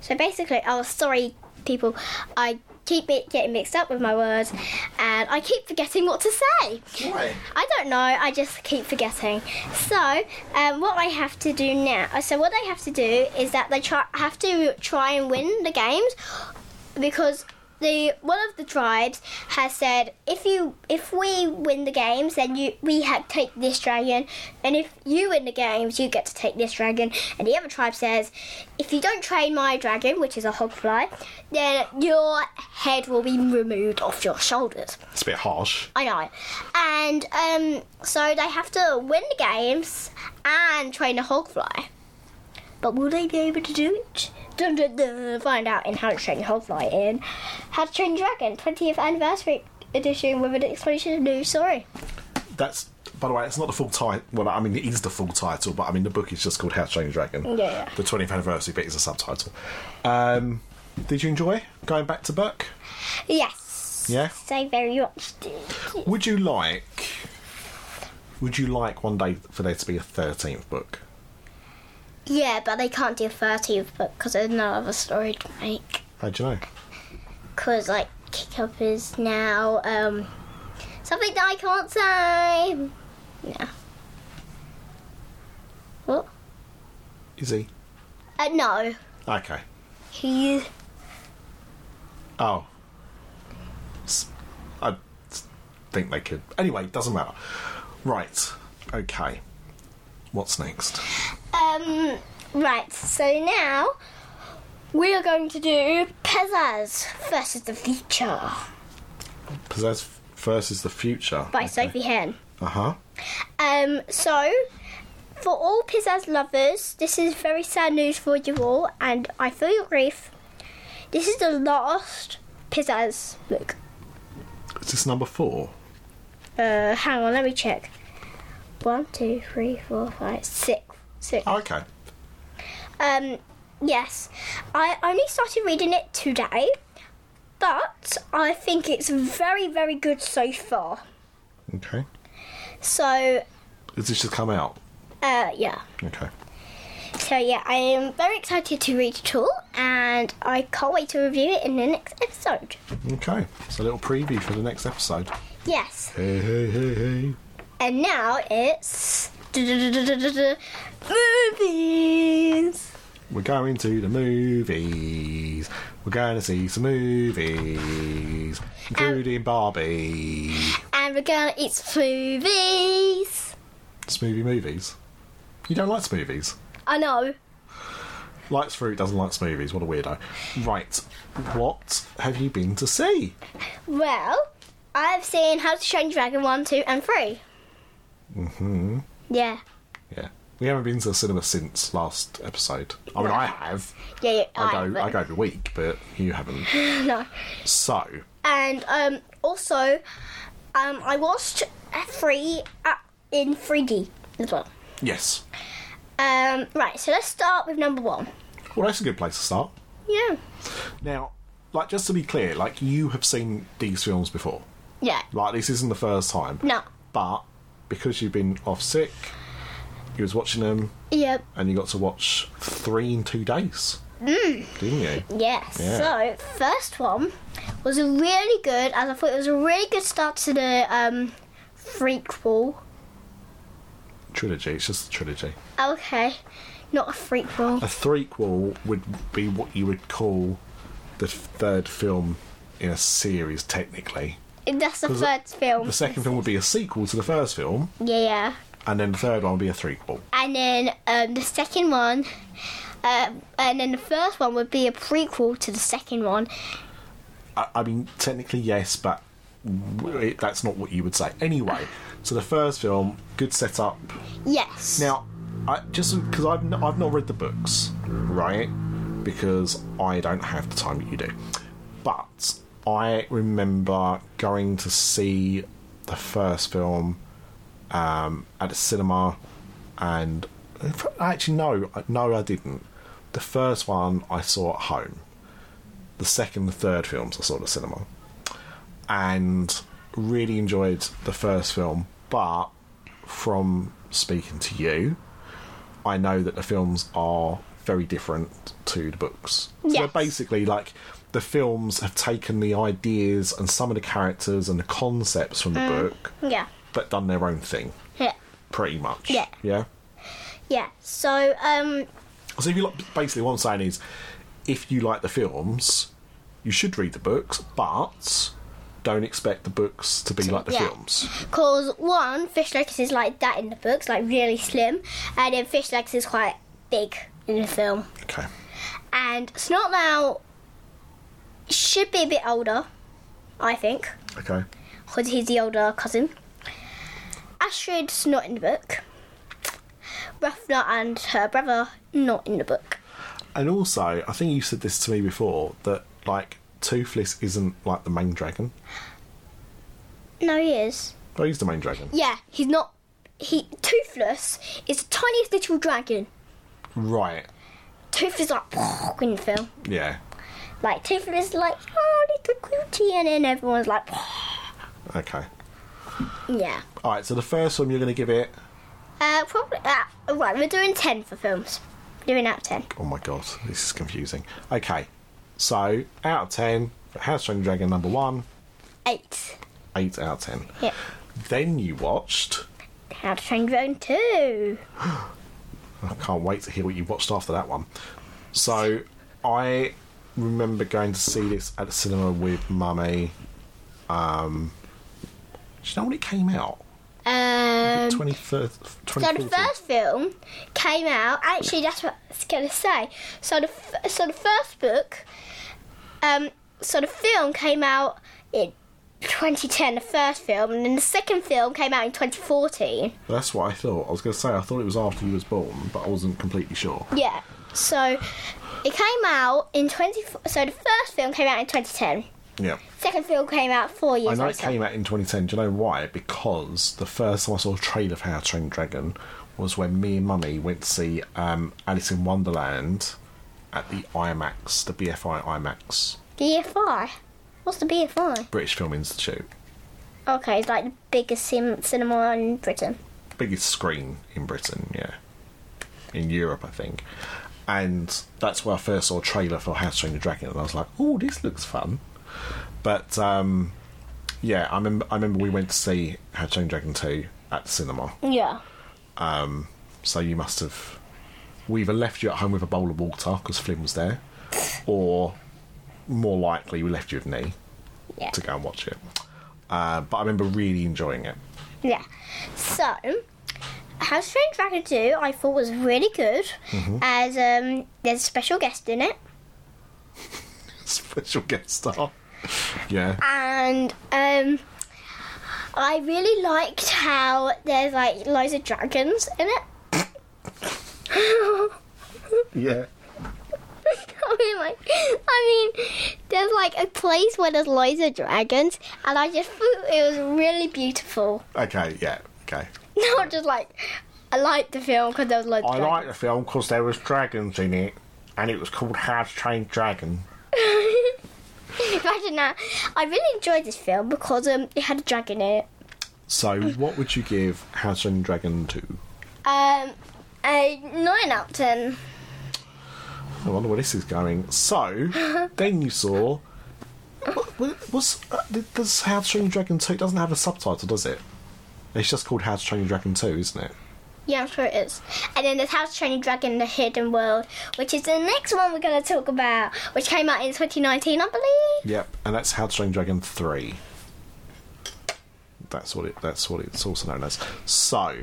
Speaker 1: So basically, oh, sorry, people. I keep mi- getting mixed up with my words, and I keep forgetting what to say.
Speaker 2: Why?
Speaker 1: I don't know. I just keep forgetting. So, um, what I have to do now. uh, So, what they have to do is that they try have to try and win the games because the one of the tribes has said if you if we win the games then you we ha- take this dragon and if you win the games you get to take this dragon and the other tribe says if you don't train my dragon which is a hogfly then your head will be removed off your shoulders
Speaker 2: It's a bit harsh.
Speaker 1: I know. And um, so they have to win the games and train a hogfly. But will they be able to do it? Dun, dun, dun. Find out in How to Train Your Hogfly in How to Train Your Dragon 20th Anniversary edition with an explanation of new story.
Speaker 2: That's by the way, it's not the full title. Well, I mean, it is the full title, but I mean, the book is just called How to Train Your Dragon.
Speaker 1: Yeah, yeah.
Speaker 2: The 20th anniversary bit is a subtitle. Um, did you enjoy going back to book?
Speaker 1: Yes.
Speaker 2: Yeah.
Speaker 1: So very much did.
Speaker 2: Would you like? Would you like one day for there to be a 13th book?
Speaker 1: Yeah, but they can't do a 13th book because there's no other story to make.
Speaker 2: How do you know?
Speaker 1: Because, like, Kick Up is now um, something that I can't say. Yeah. What?
Speaker 2: Is he?
Speaker 1: Uh, no.
Speaker 2: Okay.
Speaker 1: He.
Speaker 2: Oh. S- I s- think they could. Anyway, doesn't matter. Right. Okay. What's next?
Speaker 1: Um, right, so now we are going to do Pezzaz versus the Future
Speaker 2: Possess versus the future.
Speaker 1: by Sophie Hen.
Speaker 2: Uh huh.
Speaker 1: Um, so, for all Pizzazz lovers, this is very sad news for you all, and I feel your grief. This is the last Pizzazz book.
Speaker 2: Is this number four?
Speaker 1: Uh, hang on, let me check. One, two, three, four, five, six. Six.
Speaker 2: Oh, okay.
Speaker 1: Um, yes. I only started reading it today, but I think it's very, very good so far.
Speaker 2: Okay.
Speaker 1: So,
Speaker 2: Has this just come out?
Speaker 1: uh, yeah.
Speaker 2: Okay.
Speaker 1: So yeah, I am very excited to read it all, and I can't wait to review it in the next episode.
Speaker 2: Okay. It's a little preview for the next episode.
Speaker 1: Yes,
Speaker 2: Hey, hey, hey, hey.
Speaker 1: and now it's movies.
Speaker 2: We're going to the movies. We're going to see some movies, including Barbie.
Speaker 1: And we're gonna eat some movies.
Speaker 2: Smoothie movies. You don't like smoothies.
Speaker 1: I know.
Speaker 2: Likes fruit, doesn't like smoothies. What a weirdo. Right. What have you been to see?
Speaker 1: Well, I've seen How to Train Your Dragon one, two, and 3 Mm-hmm.
Speaker 2: Mm-hmm.
Speaker 1: Yeah.
Speaker 2: Yeah. We haven't been to the cinema since last episode. I mean, I have.
Speaker 1: Yeah, yeah.
Speaker 2: I go. I
Speaker 1: haven't.
Speaker 2: go every week, but you haven't.
Speaker 1: No.
Speaker 2: So,
Speaker 1: And um, also, um, I watched three uh, in 3D as well.
Speaker 2: yes.
Speaker 1: Um, right, so let's start with number one.
Speaker 2: Well, that's a good place to start.
Speaker 1: Yeah.
Speaker 2: Now, like, just to be clear, like, you have seen these films before.
Speaker 1: Yeah.
Speaker 2: Like, this isn't the first time.
Speaker 1: No.
Speaker 2: But because you've been off sick, you was watching them,
Speaker 1: Yep.
Speaker 2: and you got to watch three in two days. Mm. Didn't you?
Speaker 1: Yes.
Speaker 2: Yeah.
Speaker 1: So first one was a really good, as I thought it was a really good start to the um, frequel.
Speaker 2: Trilogy. It's just a trilogy.
Speaker 1: Okay, not a frequel.
Speaker 2: A threequel would be what you would call the third film in a series, technically.
Speaker 1: That's the
Speaker 2: Uh, Was it-
Speaker 1: third film.
Speaker 2: The second film would be a sequel to the first film,
Speaker 1: Yeah, yeah.
Speaker 2: and then the third one would be a threequel.
Speaker 1: And then um, the second one, um, and then the first one would be a prequel to the second one.
Speaker 2: I, I mean, technically, yes, but w- it, that's not what you would say. Anyway, so the first film, good setup.
Speaker 1: Yes.
Speaker 2: Now, I, just because I've, n- I've not read the books, right? Because I don't have the time that you do. But I remember going to see the first film um, at the cinema, and actually, no, I- no, I didn't. The first one I saw at home. The second, and third films I saw at the cinema, and really enjoyed the first film. But from speaking to you, I know that the films are very different to the books. So they're
Speaker 1: Yes.
Speaker 2: basically like the films have taken the ideas and some of the characters and the concepts from the
Speaker 1: Mm.
Speaker 2: book,
Speaker 1: Yeah.
Speaker 2: but done their own thing
Speaker 1: Yeah.
Speaker 2: pretty much.
Speaker 1: Yeah.
Speaker 2: Yeah.
Speaker 1: Yeah. So um,
Speaker 2: So if you like, basically what I'm saying is, if you like the films, you should read the books, but don't expect the books to be like the
Speaker 1: yeah.
Speaker 2: films.
Speaker 1: Because one, fish legs is like that in the books, like really slim, and then fish legs is quite big in the film.
Speaker 2: Okay.
Speaker 1: And Snot now should be a bit older, I think,
Speaker 2: Okay.
Speaker 1: because he's the older cousin. Astrid's not in the book. Ruffner and her brother not in the book.
Speaker 2: And also, I think you said this to me before that like Toothless isn't like the main dragon.
Speaker 1: No, he is.
Speaker 2: Oh, he's the main dragon.
Speaker 1: Yeah, he's not. He Toothless is the tiniest little dragon.
Speaker 2: Right.
Speaker 1: Toothless is like in the film.
Speaker 2: Yeah.
Speaker 1: Like Toothless is like oh little cutie, and then everyone's like
Speaker 2: Okay.
Speaker 1: yeah.
Speaker 2: All right. So the first one you're going to give it.
Speaker 1: Uh, probably. Uh, right, we're doing ten for films. Doing out of ten.
Speaker 2: Oh my god, this is confusing. Okay. So out of ten, for House of Dragon number one,
Speaker 1: Eight.
Speaker 2: eight out of ten.
Speaker 1: Yeah.
Speaker 2: Then you watched.
Speaker 1: How to Train Your Own Two.
Speaker 2: I can't wait to hear what you watched after that one. So, I remember going to see this at the cinema with Mummy. Um, do you know when it came out?
Speaker 1: Um.
Speaker 2: 23rd,
Speaker 1: So the
Speaker 2: 2014.
Speaker 1: first film came out. Actually, that's what I was gonna say. So the f- so the first book, um, so the film came out in 2010. The first film, and then the second film came out in 2014.
Speaker 2: That's what I thought. I was going to say, I thought it was after you was born, but I wasn't completely sure.
Speaker 1: Yeah. So it came out in 20. f- So the first film came out in 2010.
Speaker 2: Yeah.
Speaker 1: Second film came out four
Speaker 2: I
Speaker 1: years
Speaker 2: know it
Speaker 1: later.
Speaker 2: came out in 2010. Do you know why? Because the first time I saw a trailer of How to Train Your Dragon was when me and Mummy went to see um, Alice in Wonderland at the IMAX, the BFI IMAX,
Speaker 1: BFI. What's the BFI?
Speaker 2: British Film Institute.
Speaker 1: Okay, it's like the biggest cin- cinema in Britain.
Speaker 2: biggest screen in Britain, yeah. In Europe, I think. And that's where I first saw a trailer for House to Train Your Dragon, and I was like, oh, this looks fun. But, um, yeah, I, mem- I remember we went to see How to Train Your Dragon 2 at the cinema.
Speaker 1: Yeah.
Speaker 2: So you must have. We either left you at home with a bowl of water because Flynn was there, or more likely, we left you with me
Speaker 1: Yeah.
Speaker 2: to go and watch it. Uh, but I remember really enjoying it.
Speaker 1: Yeah. So, House of Strange Dragon 2 I thought was really good, as um, there's a special guest in it,
Speaker 2: Special guest star. Yeah.
Speaker 1: and um, I really liked how there's like loads of dragons in it.
Speaker 2: Yeah.
Speaker 1: I mean, like, I mean, there's like a place where there's loads of dragons, and I just thought it was really beautiful.
Speaker 2: Okay, yeah, okay.
Speaker 1: Not just like I liked the film because there was loads.
Speaker 2: I
Speaker 1: of
Speaker 2: like the film because there was dragons in it, and it was called How to Train Dragon.
Speaker 1: Imagine that. I really enjoyed this film because um, it had a dragon in it.
Speaker 2: So, what would you give How to Train Dragon to?
Speaker 1: Um, a nine out of ten.
Speaker 2: I wonder where this is going. So, then you saw. What, what- what's uh, does How to Train Dragon Two? It doesn't have a subtitle, does it? It's just called How to Train Dragon Two, isn't it?
Speaker 1: Yeah, I'm sure it is. And then there's House Training Dragon: The Hidden World, which is the next one we're going to talk about, which came out in 2019, I believe.
Speaker 2: Yep, and that's How to Train Dragon Three. That's what it. That's what it's also known as. So,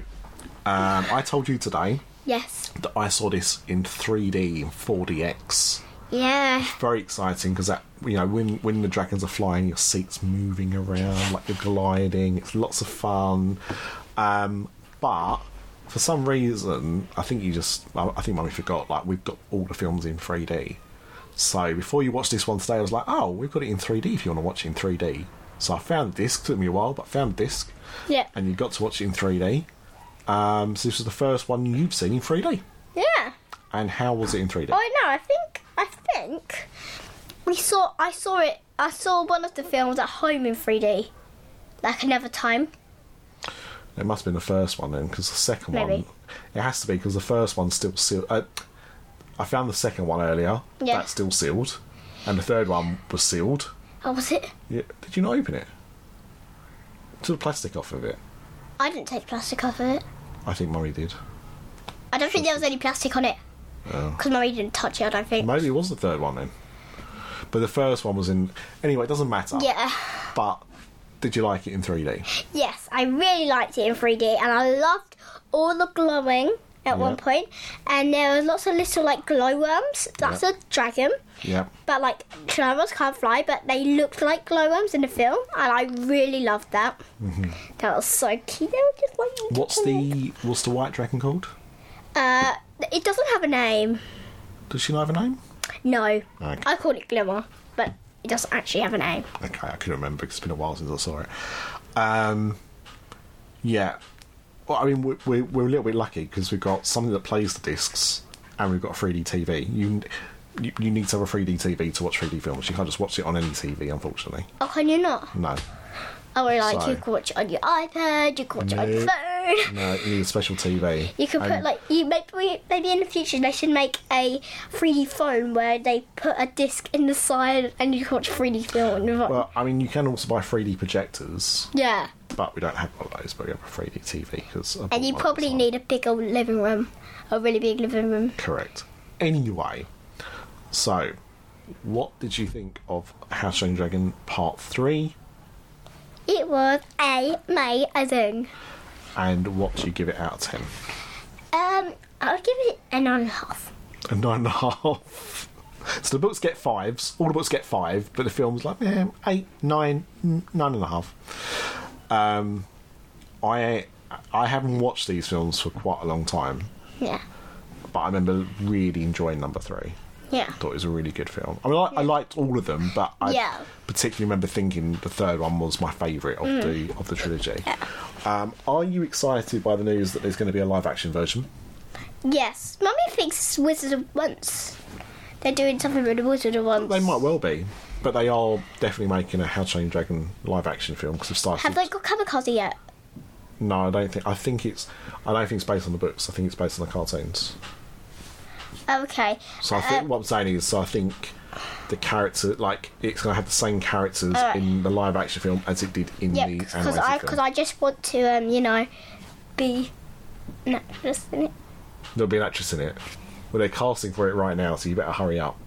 Speaker 2: um, I told you today
Speaker 1: Yes.
Speaker 2: that I saw this in 3D in 4DX.
Speaker 1: Yeah.
Speaker 2: Very exciting because that you know when when the dragons are flying, your seat's moving around like you're gliding. It's lots of fun, um, but for some reason, I think you just I, I think mummy forgot like we've got all the films in 3D. So before you watch this one today, I was like, oh, we've got it in 3D if you want to watch it in 3D. So I found the disc. Took me a while, but I found the disc,
Speaker 1: Yeah.
Speaker 2: and you got to watch it in 3D. Um, so this was the first one you've seen in 3D.
Speaker 1: Yeah.
Speaker 2: And how was it in 3D?
Speaker 1: Oh no, I think I think we saw. I saw it. I saw one of the films at home in 3D, like another time.
Speaker 2: It must have been the first one then, because the second one.
Speaker 1: Maybe.
Speaker 2: It has to be, because the first one's still sealed. Uh, I found the second one earlier.
Speaker 1: Yeah.
Speaker 2: That's still sealed. And the third one was sealed.
Speaker 1: Oh, was it?
Speaker 2: Yeah. Did you not open it? Took the plastic off of it.
Speaker 1: I didn't take plastic off of it.
Speaker 2: I think Murray did.
Speaker 1: I don't think there was any plastic on it.
Speaker 2: Oh.
Speaker 1: Because Mummy didn't touch it, I don't think.
Speaker 2: Maybe it was the third one then. But the first one was in. Anyway, it doesn't matter.
Speaker 1: Yeah.
Speaker 2: But did you like it in 3D?
Speaker 1: Yes, I really liked it in 3D and I loved all the glowing at one
Speaker 2: Yeah.
Speaker 1: point, And there was lots of little like glowworms. That's
Speaker 2: Yeah.
Speaker 1: a dragon.
Speaker 2: Yeah.
Speaker 1: But like glowworms can't fly, but they looked like glowworms in the film. And I really loved that. That was so cute. They were just like.
Speaker 2: Mm-hmm. What's the what's the white dragon called?
Speaker 1: Uh, it doesn't have a name.
Speaker 2: Does she not have a name?
Speaker 1: No.
Speaker 2: Okay.
Speaker 1: I call it Glimmer, but it doesn't actually have a name.
Speaker 2: Okay, I couldn't remember 'cause it's been a while since I saw it. Um, yeah. Well, I mean, we're, we're, we're a little bit lucky because we've got something that plays the discs and we've got a 3D TV. You, you, you need to have a 3D TV to watch 3D films. You can't just watch it on any TV, unfortunately.
Speaker 1: Oh, can you not?
Speaker 2: No.
Speaker 1: Oh, well, like
Speaker 2: So-
Speaker 1: you can watch it on your iPad, you can watch it on your
Speaker 2: No.
Speaker 1: phone.
Speaker 2: No, you need a special TV.
Speaker 1: You can put
Speaker 2: And-
Speaker 1: like you maybe maybe in the future they should make a 3D phone where they put a disc in the side and you can watch 3D film.
Speaker 2: Well, I mean, you can also buy 3D projectors,
Speaker 1: yeah,
Speaker 2: but we don't have one of those, but we have a 3D TV. Cause I bought
Speaker 1: and you
Speaker 2: one
Speaker 1: probably
Speaker 2: last
Speaker 1: need a bigger living room, a really big living room.
Speaker 2: time. Correct. Anyway, so what did you think of House of Dragon Part 3?
Speaker 1: It was amazing.
Speaker 2: And what do you give it out of 10?
Speaker 1: Um, I'll give it a nine and a half.
Speaker 2: A nine and a half. So the books get fives. All the books get five, but the film's like eh, eight, nine, mm, nine and a half. Um, I I haven't watched these films for quite a long time,
Speaker 1: Yeah,
Speaker 2: but I remember really enjoying number three.
Speaker 1: yeah,
Speaker 2: Thought it was a really good film. I mean, I, I liked all of them, but I
Speaker 1: Yeah.
Speaker 2: particularly remember thinking the third one was my favourite
Speaker 1: Mm.
Speaker 2: of the of the trilogy. Um, are you excited by the news that there's going to be a live action version?
Speaker 1: yes. Mummy thinks it's Wizard of Once. They're doing something with the Wizard of Once.
Speaker 2: They might well be, but they are definitely making a How to Train Your Dragon live action film because they've started.
Speaker 1: Have they got Kamikaze yet?
Speaker 2: No, I don't think. I think it's. I don't think it's based on the books. I think it's based on the cartoons.
Speaker 1: Okay.
Speaker 2: So I
Speaker 1: Um,
Speaker 2: think what I'm saying is, so I think the character, like, it's going to have the same characters
Speaker 1: Alright.
Speaker 2: in the live action film as it did in
Speaker 1: Yeah,
Speaker 2: the
Speaker 1: because
Speaker 2: animated
Speaker 1: I
Speaker 2: film.
Speaker 1: because I just want to um you know be an actress in it.
Speaker 2: There'll be an actress in it. Well, they're casting for it right now, so you better hurry up.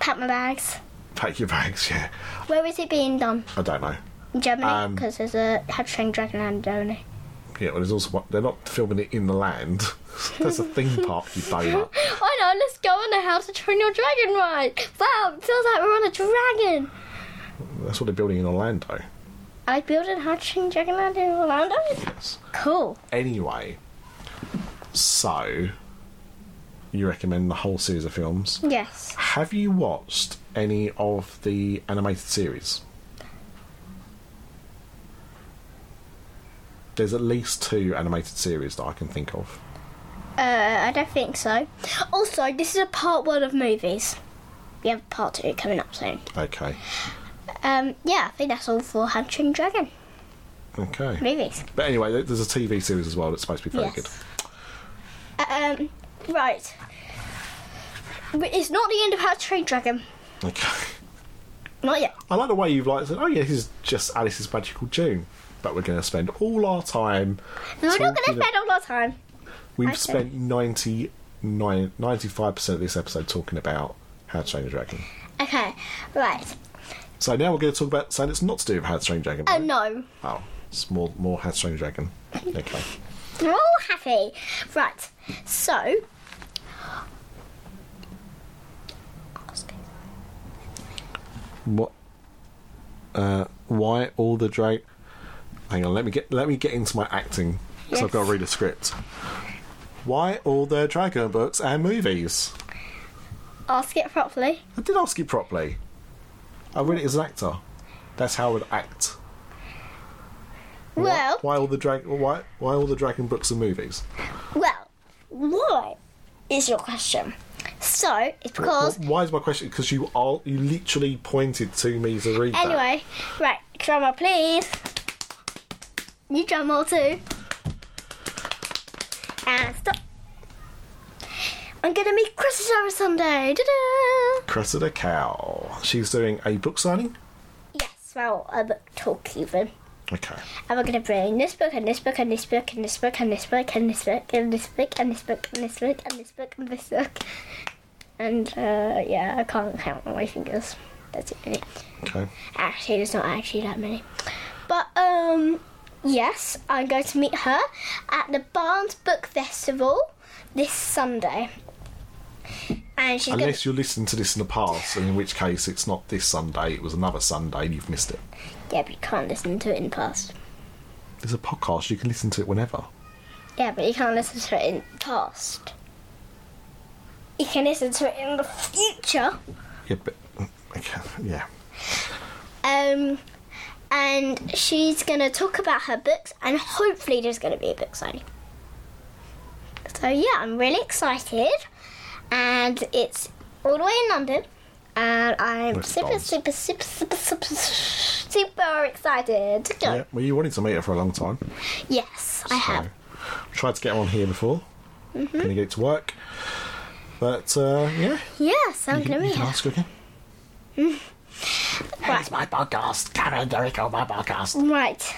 Speaker 1: Pack my bags.
Speaker 2: Pack your bags. Yeah,
Speaker 1: Where is it being done?
Speaker 2: I don't know.
Speaker 1: In Germany,
Speaker 2: Um,
Speaker 1: because there's a How to Train Your Dragon Land in Germany.
Speaker 2: Yeah, well, there's also one, they're not filming it in the land. There's a theme park, you donut.
Speaker 1: I know. Let's go on a How to Train Your Dragon ride. Wow, it feels like we're on a dragon.
Speaker 2: That's what they're building in Orlando.
Speaker 1: I built a How to Train Your Dragon Land in Orlando.
Speaker 2: Yes.
Speaker 1: Cool.
Speaker 2: Anyway, so you recommend the whole series of films.
Speaker 1: Yes.
Speaker 2: Have you watched any of the animated series? There's at least two animated series that I can think of.
Speaker 1: Uh, I don't think so. Also, this is a part one of movies. We have part two coming up soon.
Speaker 2: Okay.
Speaker 1: Um, yeah, I think that's all for How to Train Your Dragon
Speaker 2: Okay.
Speaker 1: movies.
Speaker 2: But anyway, there- there's a TV series as well that's supposed to be very
Speaker 1: Yes.
Speaker 2: good.
Speaker 1: Um, right. But It's not the end of How to Train Dragon.
Speaker 2: Okay.
Speaker 1: Not yet.
Speaker 2: I like the way you've like said, oh yeah, this is just Alice's Magical June. But we're going to spend all our time.
Speaker 1: We're not going to
Speaker 2: talking-
Speaker 1: spend all our time.
Speaker 2: We've
Speaker 1: I see.
Speaker 2: spent 99, 95% of this episode talking about How to Train Your Dragon.
Speaker 1: Okay, right.
Speaker 2: So now we're going to talk about something that's not to do with How to Train Your Dragon.
Speaker 1: Uh,
Speaker 2: right?
Speaker 1: no.
Speaker 2: Oh, it's more, more How to Train Your Dragon. Okay.
Speaker 1: We're all happy. Right. So.
Speaker 2: What? Uh, why all the drag? Hang on, let me get let me get into my acting because I've
Speaker 1: Yes.
Speaker 2: got to read a script. Why all the dragon books and movies?
Speaker 1: Ask it properly.
Speaker 2: I did ask you properly. I read it as an actor. That's how I would act. Why-
Speaker 1: Well,
Speaker 2: why, all the drag? Why why all the dragon books and movies?
Speaker 1: well, why is your question? So, it's because.
Speaker 2: Wh- Why is my question? Because you are you literally pointed to me to read that.
Speaker 1: Anyway, right, drummer, please. You drum roll too. And stop. I'm gonna meet Chris Sarah someday. Da-da!
Speaker 2: Cressida Cow. She's doing a book signing.
Speaker 1: Yes, well, a book talk even.
Speaker 2: Okay.
Speaker 1: And we're gonna bring this book and this book and this book and this book and this book and this book and this book and this book and this book and this book and this book. And uh, yeah, I can't count on my fingers. That's it. Really.
Speaker 2: Okay.
Speaker 1: Actually, there's not actually that many. But um, yes, I'm going to meet her at the Barnes Book Festival this Sunday. And she's going.
Speaker 2: Unless you're listening to this in the past, and in which case it's not this Sunday, it was another Sunday, and you've missed it.
Speaker 1: Yeah, but you can't listen to it in the past.
Speaker 2: There's a podcast, you can listen to it whenever.
Speaker 1: Yeah, but you can't listen to it in the past. You can listen to it in the future.
Speaker 2: mm, Yeah, but. Okay, yeah.
Speaker 1: Um, and she's gonna talk about her books, and hopefully there's gonna be a book signing. So yeah, I'm really excited, and it's all the way in London, and I'm
Speaker 2: That's
Speaker 1: super,
Speaker 2: bold.
Speaker 1: super, super, super, super, super excited to go.
Speaker 2: Yeah, well, you wanted to meet her for a long time.
Speaker 1: Yes, I have.
Speaker 2: So, tried to get her on here before. Couldn't get it to work. But uh, yeah,
Speaker 1: Yes, I'm
Speaker 2: you,
Speaker 1: gonna
Speaker 2: can- you
Speaker 1: meet
Speaker 2: can
Speaker 1: her.
Speaker 2: ask her again.
Speaker 1: Right.
Speaker 2: It's my podcast. Karen Jericho, my podcast.
Speaker 1: Right.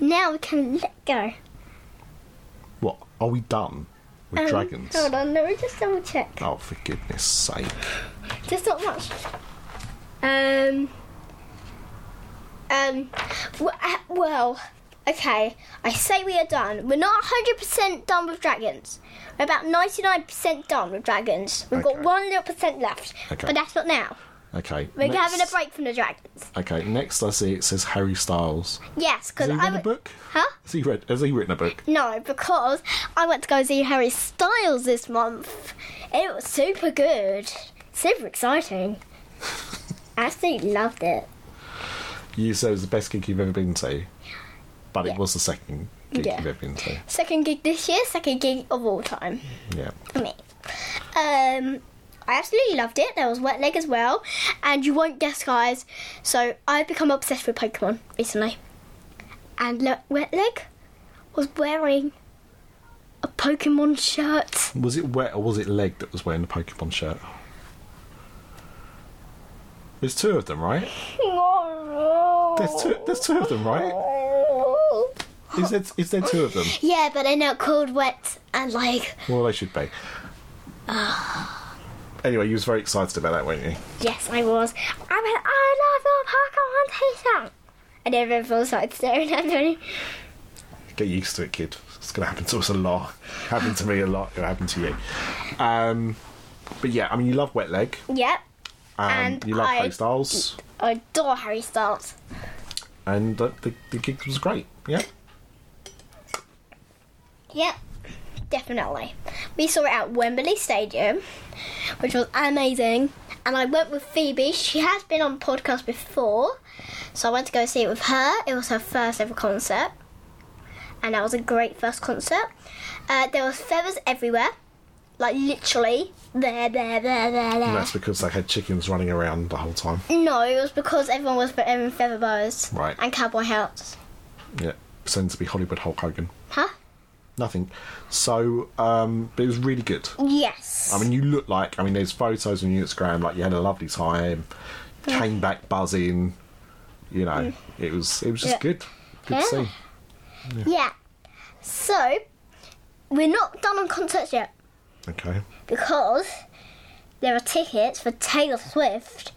Speaker 1: Now we can let go.
Speaker 2: What? Are we done with
Speaker 1: Um,
Speaker 2: dragons?
Speaker 1: Hold on, let me just double check.
Speaker 2: Oh, for goodness sake.
Speaker 1: There's not much. Um. Um. w- uh, Well, okay. I say we are done. We're not 100% done with dragons. We're about 99% done with dragons. We've got
Speaker 2: Okay.
Speaker 1: one little percent left,
Speaker 2: Okay.
Speaker 1: but that's not now.
Speaker 2: Okay.
Speaker 1: We're
Speaker 2: next-
Speaker 1: having a break from the dragons.
Speaker 2: Okay, next I see it says Harry Styles.
Speaker 1: Yes,
Speaker 2: Has
Speaker 1: because
Speaker 2: he
Speaker 1: I.
Speaker 2: written a
Speaker 1: w-
Speaker 2: book?
Speaker 1: Huh?
Speaker 2: Has he read? Has he written a book?
Speaker 1: No, because I went to go see Harry Styles this month. It was super good, super exciting. Absolutely loved it.
Speaker 2: You said it was the best gig you've ever been to, but
Speaker 1: Yeah.
Speaker 2: it was the second gig
Speaker 1: Yeah.
Speaker 2: you've ever been to.
Speaker 1: Second gig this year, second gig of all time
Speaker 2: Yeah.
Speaker 1: for me. Um, I absolutely loved it. There was wet leg as well, and you won't guess, guys. So I've become obsessed with Pokemon recently, and look, wet leg was wearing a Pokemon shirt.
Speaker 2: Was it wet or was it leg that was wearing the Pokemon shirt? There's two of them, right? There's two. There's two of them, right? Is there, is there two of them?
Speaker 1: Yeah, but they're not called wet and like
Speaker 2: Well, they should be. Anyway, you was very excited about that, weren't you?
Speaker 1: yes, I was. I went, I love your Pokemon T-shirt, and everyone started staring at me.
Speaker 2: Get used to it, kid. It's going to happen to us a lot. happened to me a lot. It'll happen to you. Um, but yeah, I mean, you love wet leg.
Speaker 1: Yep,
Speaker 2: Um,
Speaker 1: And
Speaker 2: you love
Speaker 1: I-
Speaker 2: Harry Styles,
Speaker 1: I adore Harry Styles.
Speaker 2: and uh, the the gig was great. Yeah.
Speaker 1: Yep, definitely. We saw it at Wembley Stadium, which was amazing. And I went with Phoebe. She has been on podcast before, so I went to go see it with her. It was her first ever concert, and that was a great first concert. Uh, there was feathers everywhere, like literally there, there, there, there, there.
Speaker 2: And that's because they had chickens running around the whole time.
Speaker 1: No, it was because everyone was wearing feather bows
Speaker 2: Right.
Speaker 1: and cowboy hats.
Speaker 2: Yeah, pretending to be Hollywood Hulk Hogan.
Speaker 1: Huh?
Speaker 2: Nothing. So, um, but it was really good.
Speaker 1: Yes.
Speaker 2: I mean, you look like. I mean, there's photos on Instagram. Like you had a lovely time, came back buzzing. You know, it was it was just
Speaker 1: Yeah.
Speaker 2: good. Good to
Speaker 1: Yeah.
Speaker 2: see.
Speaker 1: Yeah. So, we're not done on concerts yet
Speaker 2: Okay.
Speaker 1: because there are tickets for Taylor Swift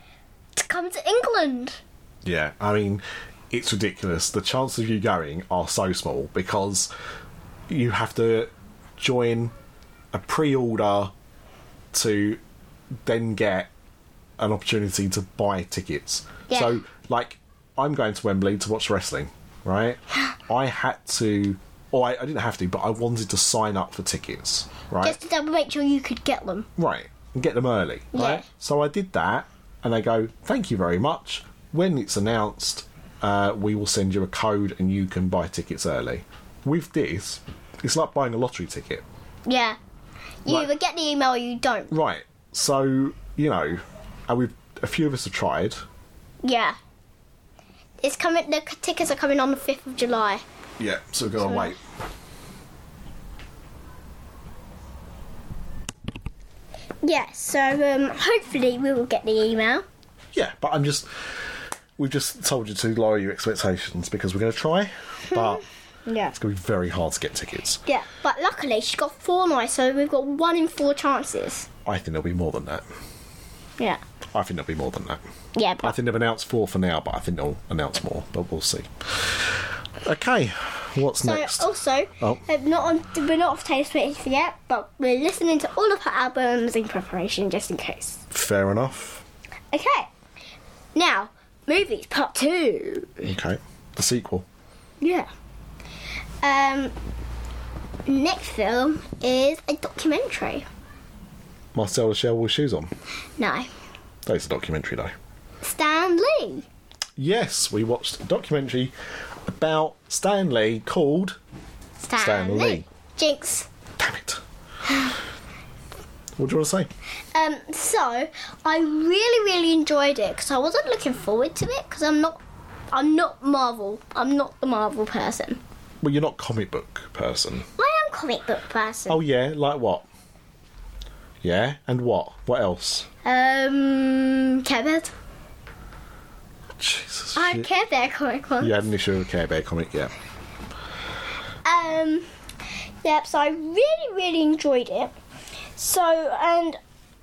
Speaker 1: to come to England.
Speaker 2: Yeah, I mean, it's ridiculous. The chances of you going are so small because you have to join a pre-order to then get an opportunity to buy tickets.
Speaker 1: Yeah.
Speaker 2: So, like, I'm going to Wembley to watch wrestling, right? I had to, or I, I didn't have to, but I wanted to sign up for tickets, right?
Speaker 1: Just to double make sure you could get them.
Speaker 2: right and get them early right
Speaker 1: Yeah.
Speaker 2: so i did that and they go thank you very much when it's announced uh, we will send you a code and you can buy tickets early with this it's like buying a lottery ticket
Speaker 1: Yeah. You
Speaker 2: Right.
Speaker 1: either get the email or you don't.
Speaker 2: right so you know and we've a few of us have tried
Speaker 1: Yeah. It's coming. The c- tickets are coming on the fifth of July.
Speaker 2: yeah so we've got to wait
Speaker 1: Yeah. So um, hopefully we will get the email.
Speaker 2: yeah but i'm just we've just told you to lower your expectations because we're going to try but
Speaker 1: Yeah.
Speaker 2: it's going to be very hard to get tickets
Speaker 1: Yeah. But luckily she got four nights, so we've got one in four chances.
Speaker 2: i think there'll be more than that
Speaker 1: Yeah.
Speaker 2: i think there'll be more than that
Speaker 1: Yeah.
Speaker 2: I
Speaker 1: But
Speaker 2: think they've announced four for now, but I think they'll announce more. But we'll see. Okay, what's
Speaker 1: So
Speaker 2: next?
Speaker 1: also,
Speaker 2: Oh.
Speaker 1: uh, not on, we're not off Taylor Swift yet, but we're listening to all of her albums in preparation, just in case.
Speaker 2: Fair enough.
Speaker 1: Okay, now movies part two.
Speaker 2: Okay, the sequel.
Speaker 1: Yeah. Um, next film is a documentary.
Speaker 2: Marcel Shell with shoes on.
Speaker 1: No,
Speaker 2: That is a documentary, though.
Speaker 1: Stan Lee.
Speaker 2: yes, we watched a documentary about Stanley called
Speaker 1: Stan,
Speaker 2: Stan Lee.
Speaker 1: Jinx.
Speaker 2: Damn it. What do you want to say?
Speaker 1: Um, so I really, really enjoyed it because I wasn't looking forward to it because I'm not, I'm not Marvel. I'm not the Marvel person.
Speaker 2: Well, you're not comic book person.
Speaker 1: I am comic book person.
Speaker 2: Oh yeah, like what? Yeah, and what? What else?
Speaker 1: Um, Care Bears.
Speaker 2: Jesus.
Speaker 1: I
Speaker 2: shit.
Speaker 1: Care Bear comic one.
Speaker 2: You had an issue with a Care Bear comic, yeah.
Speaker 1: Um, yep. So I really, really enjoyed it. So and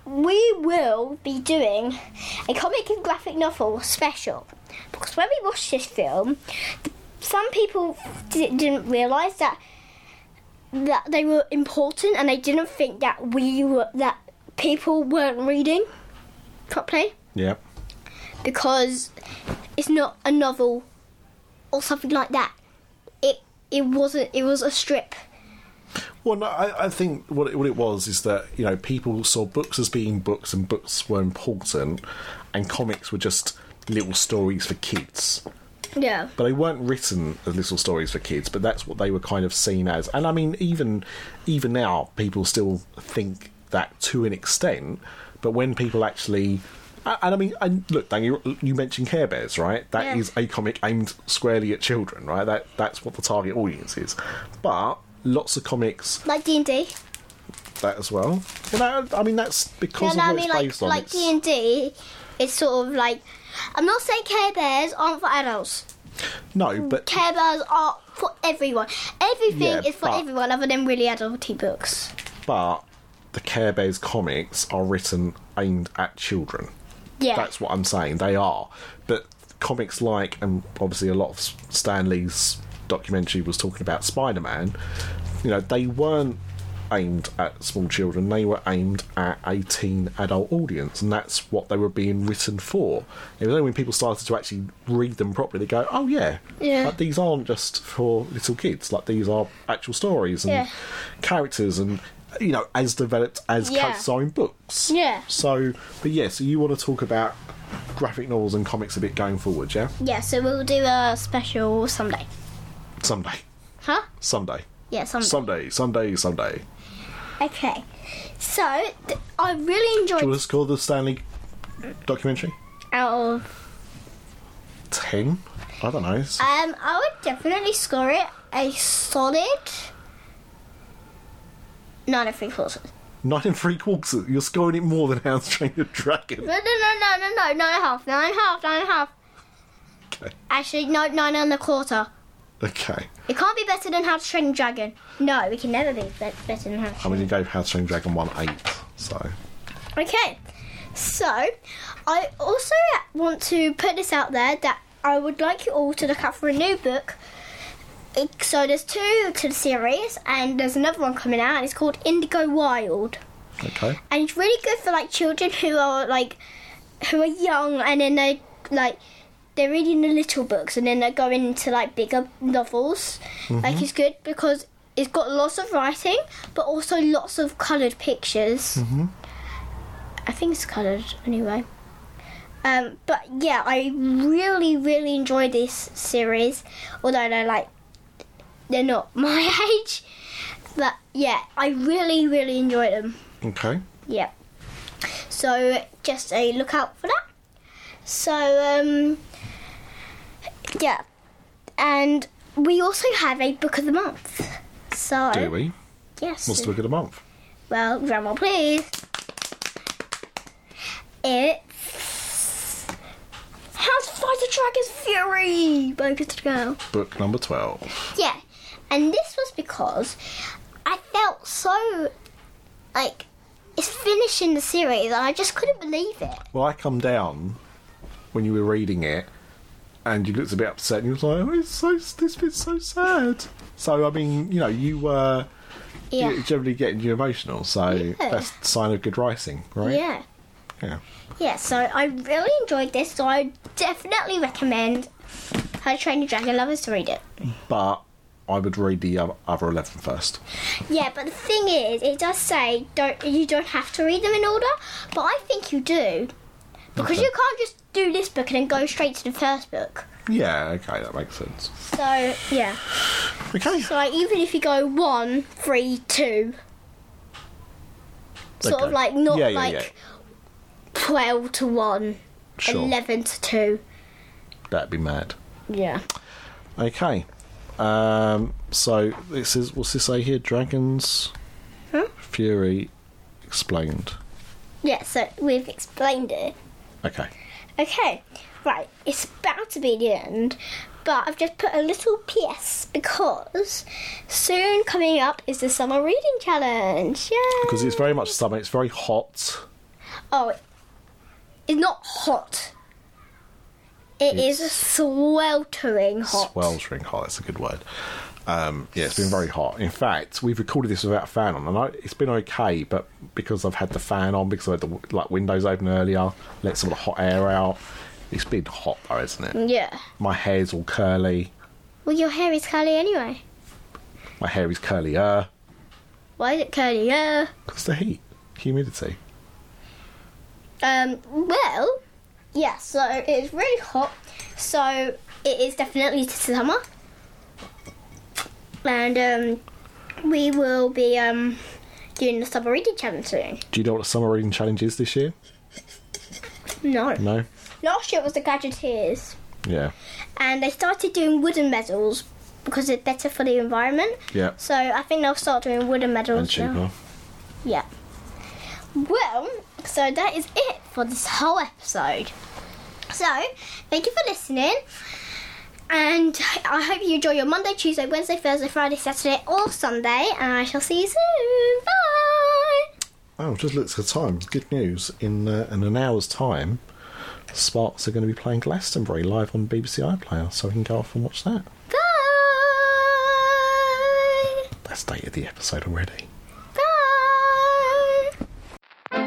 Speaker 1: we will be doing a comic and graphic novel special because when we watched this film, th- some people di- didn't realise that that they were important and they didn't think that we were that people weren't reading properly
Speaker 2: Yeah.
Speaker 1: because it's not a novel or something like that. It it wasn't. It was a strip.
Speaker 2: Well, no, I, I think what it, what it was is that you know people saw books as being books, and books were important, and comics were just little stories for kids.
Speaker 1: Yeah.
Speaker 2: But they weren't written as little stories for kids. But that's what they were kind of seen as. And I mean, even even now, people still think that to an extent. But when people actually and and I mean, and look, Dan, you, you mentioned Care Bears, right? That
Speaker 1: Yeah.
Speaker 2: is a comic aimed squarely at children, right? That that's what the target audience is. But lots of comics
Speaker 1: Like D and D.
Speaker 2: that as well. Well, that, I mean, that's
Speaker 1: No,
Speaker 2: because
Speaker 1: no, I
Speaker 2: of what
Speaker 1: mean like
Speaker 2: it's based on.
Speaker 1: like
Speaker 2: It's-
Speaker 1: D and D. It's sort of like I'm not saying Care Bears aren't for adults.
Speaker 2: no, but
Speaker 1: Care Bears are for everyone. Everything
Speaker 2: Yeah,
Speaker 1: is for
Speaker 2: but-
Speaker 1: everyone other than really adulty books.
Speaker 2: but the Care Bears comics are written aimed at children.
Speaker 1: Yeah.
Speaker 2: That's what I'm saying. They are, but comics like and obviously a lot of Stan Lee's documentary was talking about Spider-Man. You know, they weren't aimed at small children. They were aimed at a teen adult audience, and that's what they were being written for. It was only when people started to actually read them properly, they go, "Oh yeah,
Speaker 1: Yeah.
Speaker 2: like, these aren't just for little kids. Like these are actual stories and
Speaker 1: Yeah.
Speaker 2: characters and." You know, as developed as
Speaker 1: Yeah.
Speaker 2: Code's own books.
Speaker 1: Yeah.
Speaker 2: So, but yeah, so you want to talk about graphic novels and comics a bit going forward, yeah?
Speaker 1: yeah. So we'll do a special someday.
Speaker 2: Someday.
Speaker 1: Huh?
Speaker 2: Someday.
Speaker 1: Yeah. Someday.
Speaker 2: Someday, someday, someday.
Speaker 1: okay. So th- I really
Speaker 2: Do you
Speaker 1: enjoyed
Speaker 2: want to score the Stanley documentary?
Speaker 1: out of
Speaker 2: 10? I don't know. It's-
Speaker 1: Um, I would definitely score it a solid nine and three quarters.
Speaker 2: Nine and three quarters. You're scoring it more than House Train Your Dragon.
Speaker 1: No, no, no, no, no, no, nine and a half, nine and a half, nine and a half.
Speaker 2: Okay.
Speaker 1: Actually, no, nine and a quarter.
Speaker 2: Okay.
Speaker 1: It can't be better than How to Train Your Dragon. No, we can never be be- better than How to
Speaker 2: I
Speaker 1: Train.
Speaker 2: mean, you gave House Train Your Dragon 1 8, so.
Speaker 1: Okay, so I also want to put this out there that I would like you all to look out for a new book. It- So there's two to the series, and there's another one coming out, and it's called Indigo Wild.
Speaker 2: Okay.
Speaker 1: and it's really good for like children who are like who are young and then they like they're reading the little books and then they're going into like bigger novels like it's good because it's got lots of writing but also lots of coloured pictures i think it's coloured anyway um, but yeah i really really enjoy this series although they're like they're not my age but yeah i really really enjoy them
Speaker 2: Okay.
Speaker 1: yeah. So just a look out for that. So um yeah. And we also have a book of the month. So
Speaker 2: Do we?
Speaker 1: yes.
Speaker 2: What's the book of the month?
Speaker 1: Well, grandma please. It's How to Fight the Dragon's Fury by Peter Girl.
Speaker 2: Book number 12.
Speaker 1: Yeah, and this was because I felt so like it's finishing the series, and I just couldn't believe it.
Speaker 2: Well, I come down when you were reading it, and you looked a bit upset, and you was like, "Oh, it's so this bit's so sad." So, I mean, you know, you were
Speaker 1: Yeah,
Speaker 2: you generally getting you emotional, so that's a sign of good writing, right?
Speaker 1: yeah,
Speaker 2: Yeah.
Speaker 1: yeah. So I really enjoyed this, so I definitely recommend How to Train Your Dragon Lovers to read it.
Speaker 2: But I would read the o- other eleven first.
Speaker 1: Yeah, but the thing is, it does say don't you don't have to read them in order, but I think you do Because you can't just do this book and then go straight to the first book.
Speaker 2: Yeah, okay, that makes sense.
Speaker 1: So, yeah.
Speaker 2: Okay.
Speaker 1: So, like, even if you go one, three, two, sort of
Speaker 2: Okay.
Speaker 1: like not
Speaker 2: Yeah, yeah,
Speaker 1: like
Speaker 2: yeah.
Speaker 1: 12 to 1,
Speaker 2: Sure.
Speaker 1: 11 to 2.
Speaker 2: That'd be mad.
Speaker 1: Yeah.
Speaker 2: Okay. Um, so this is what's this say here? Dragons Fury explained.
Speaker 1: Yeah, so we've explained it.
Speaker 2: Okay.
Speaker 1: Okay, right, it's about to be the end, but I've just put a little PS because soon coming up is the summer reading challenge. Yay!
Speaker 2: Because it's very much summer. It's very hot.
Speaker 1: Oh, it's not hot. it's sweltering hot.
Speaker 2: Sweltering hot. That's a good word. Um, yeah, it's been very hot. In fact, we've recorded this without a fan on, and I, it's been okay. But because I've had the fan on, because I had the w- like windows open earlier, let some of the hot air out. It's been hot though, isn't it?
Speaker 1: Yeah.
Speaker 2: My hair's all curly.
Speaker 1: Well, your hair is curly anyway.
Speaker 2: My hair is curlier
Speaker 1: Why is it curly? Yeah.
Speaker 2: because the heat, humidity.
Speaker 1: Um, well, yeah, so it's really hot, so it is definitely summer. And um, we will be um, doing the summer reading challenge soon.
Speaker 2: Do you know what the summer reading challenge is this year?
Speaker 1: No.
Speaker 2: No.
Speaker 1: Last year it was the Gadgeteers,
Speaker 2: Yeah.
Speaker 1: and they started doing wooden medals because it's better for the environment.
Speaker 2: Yeah.
Speaker 1: So I think they'll start doing wooden
Speaker 2: And
Speaker 1: medals now.
Speaker 2: cheaper.
Speaker 1: Yeah. Well, so that is it for this whole episode. So, thank you for listening. And I hope you enjoy your Monday, Tuesday, Wednesday, Thursday, Friday, Saturday, or Sunday. And I shall see you soon. Bye!
Speaker 2: Oh, just looked at the time. Good news. In uh, in an hour's time, Sparks are going to be playing Glastonbury live on BBC iPlayer, so we can go off and watch that.
Speaker 1: Bye!
Speaker 2: That's dated the episode already.
Speaker 1: Bye!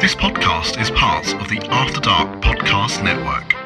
Speaker 3: This podcast is part of the After Dark Podcast Network.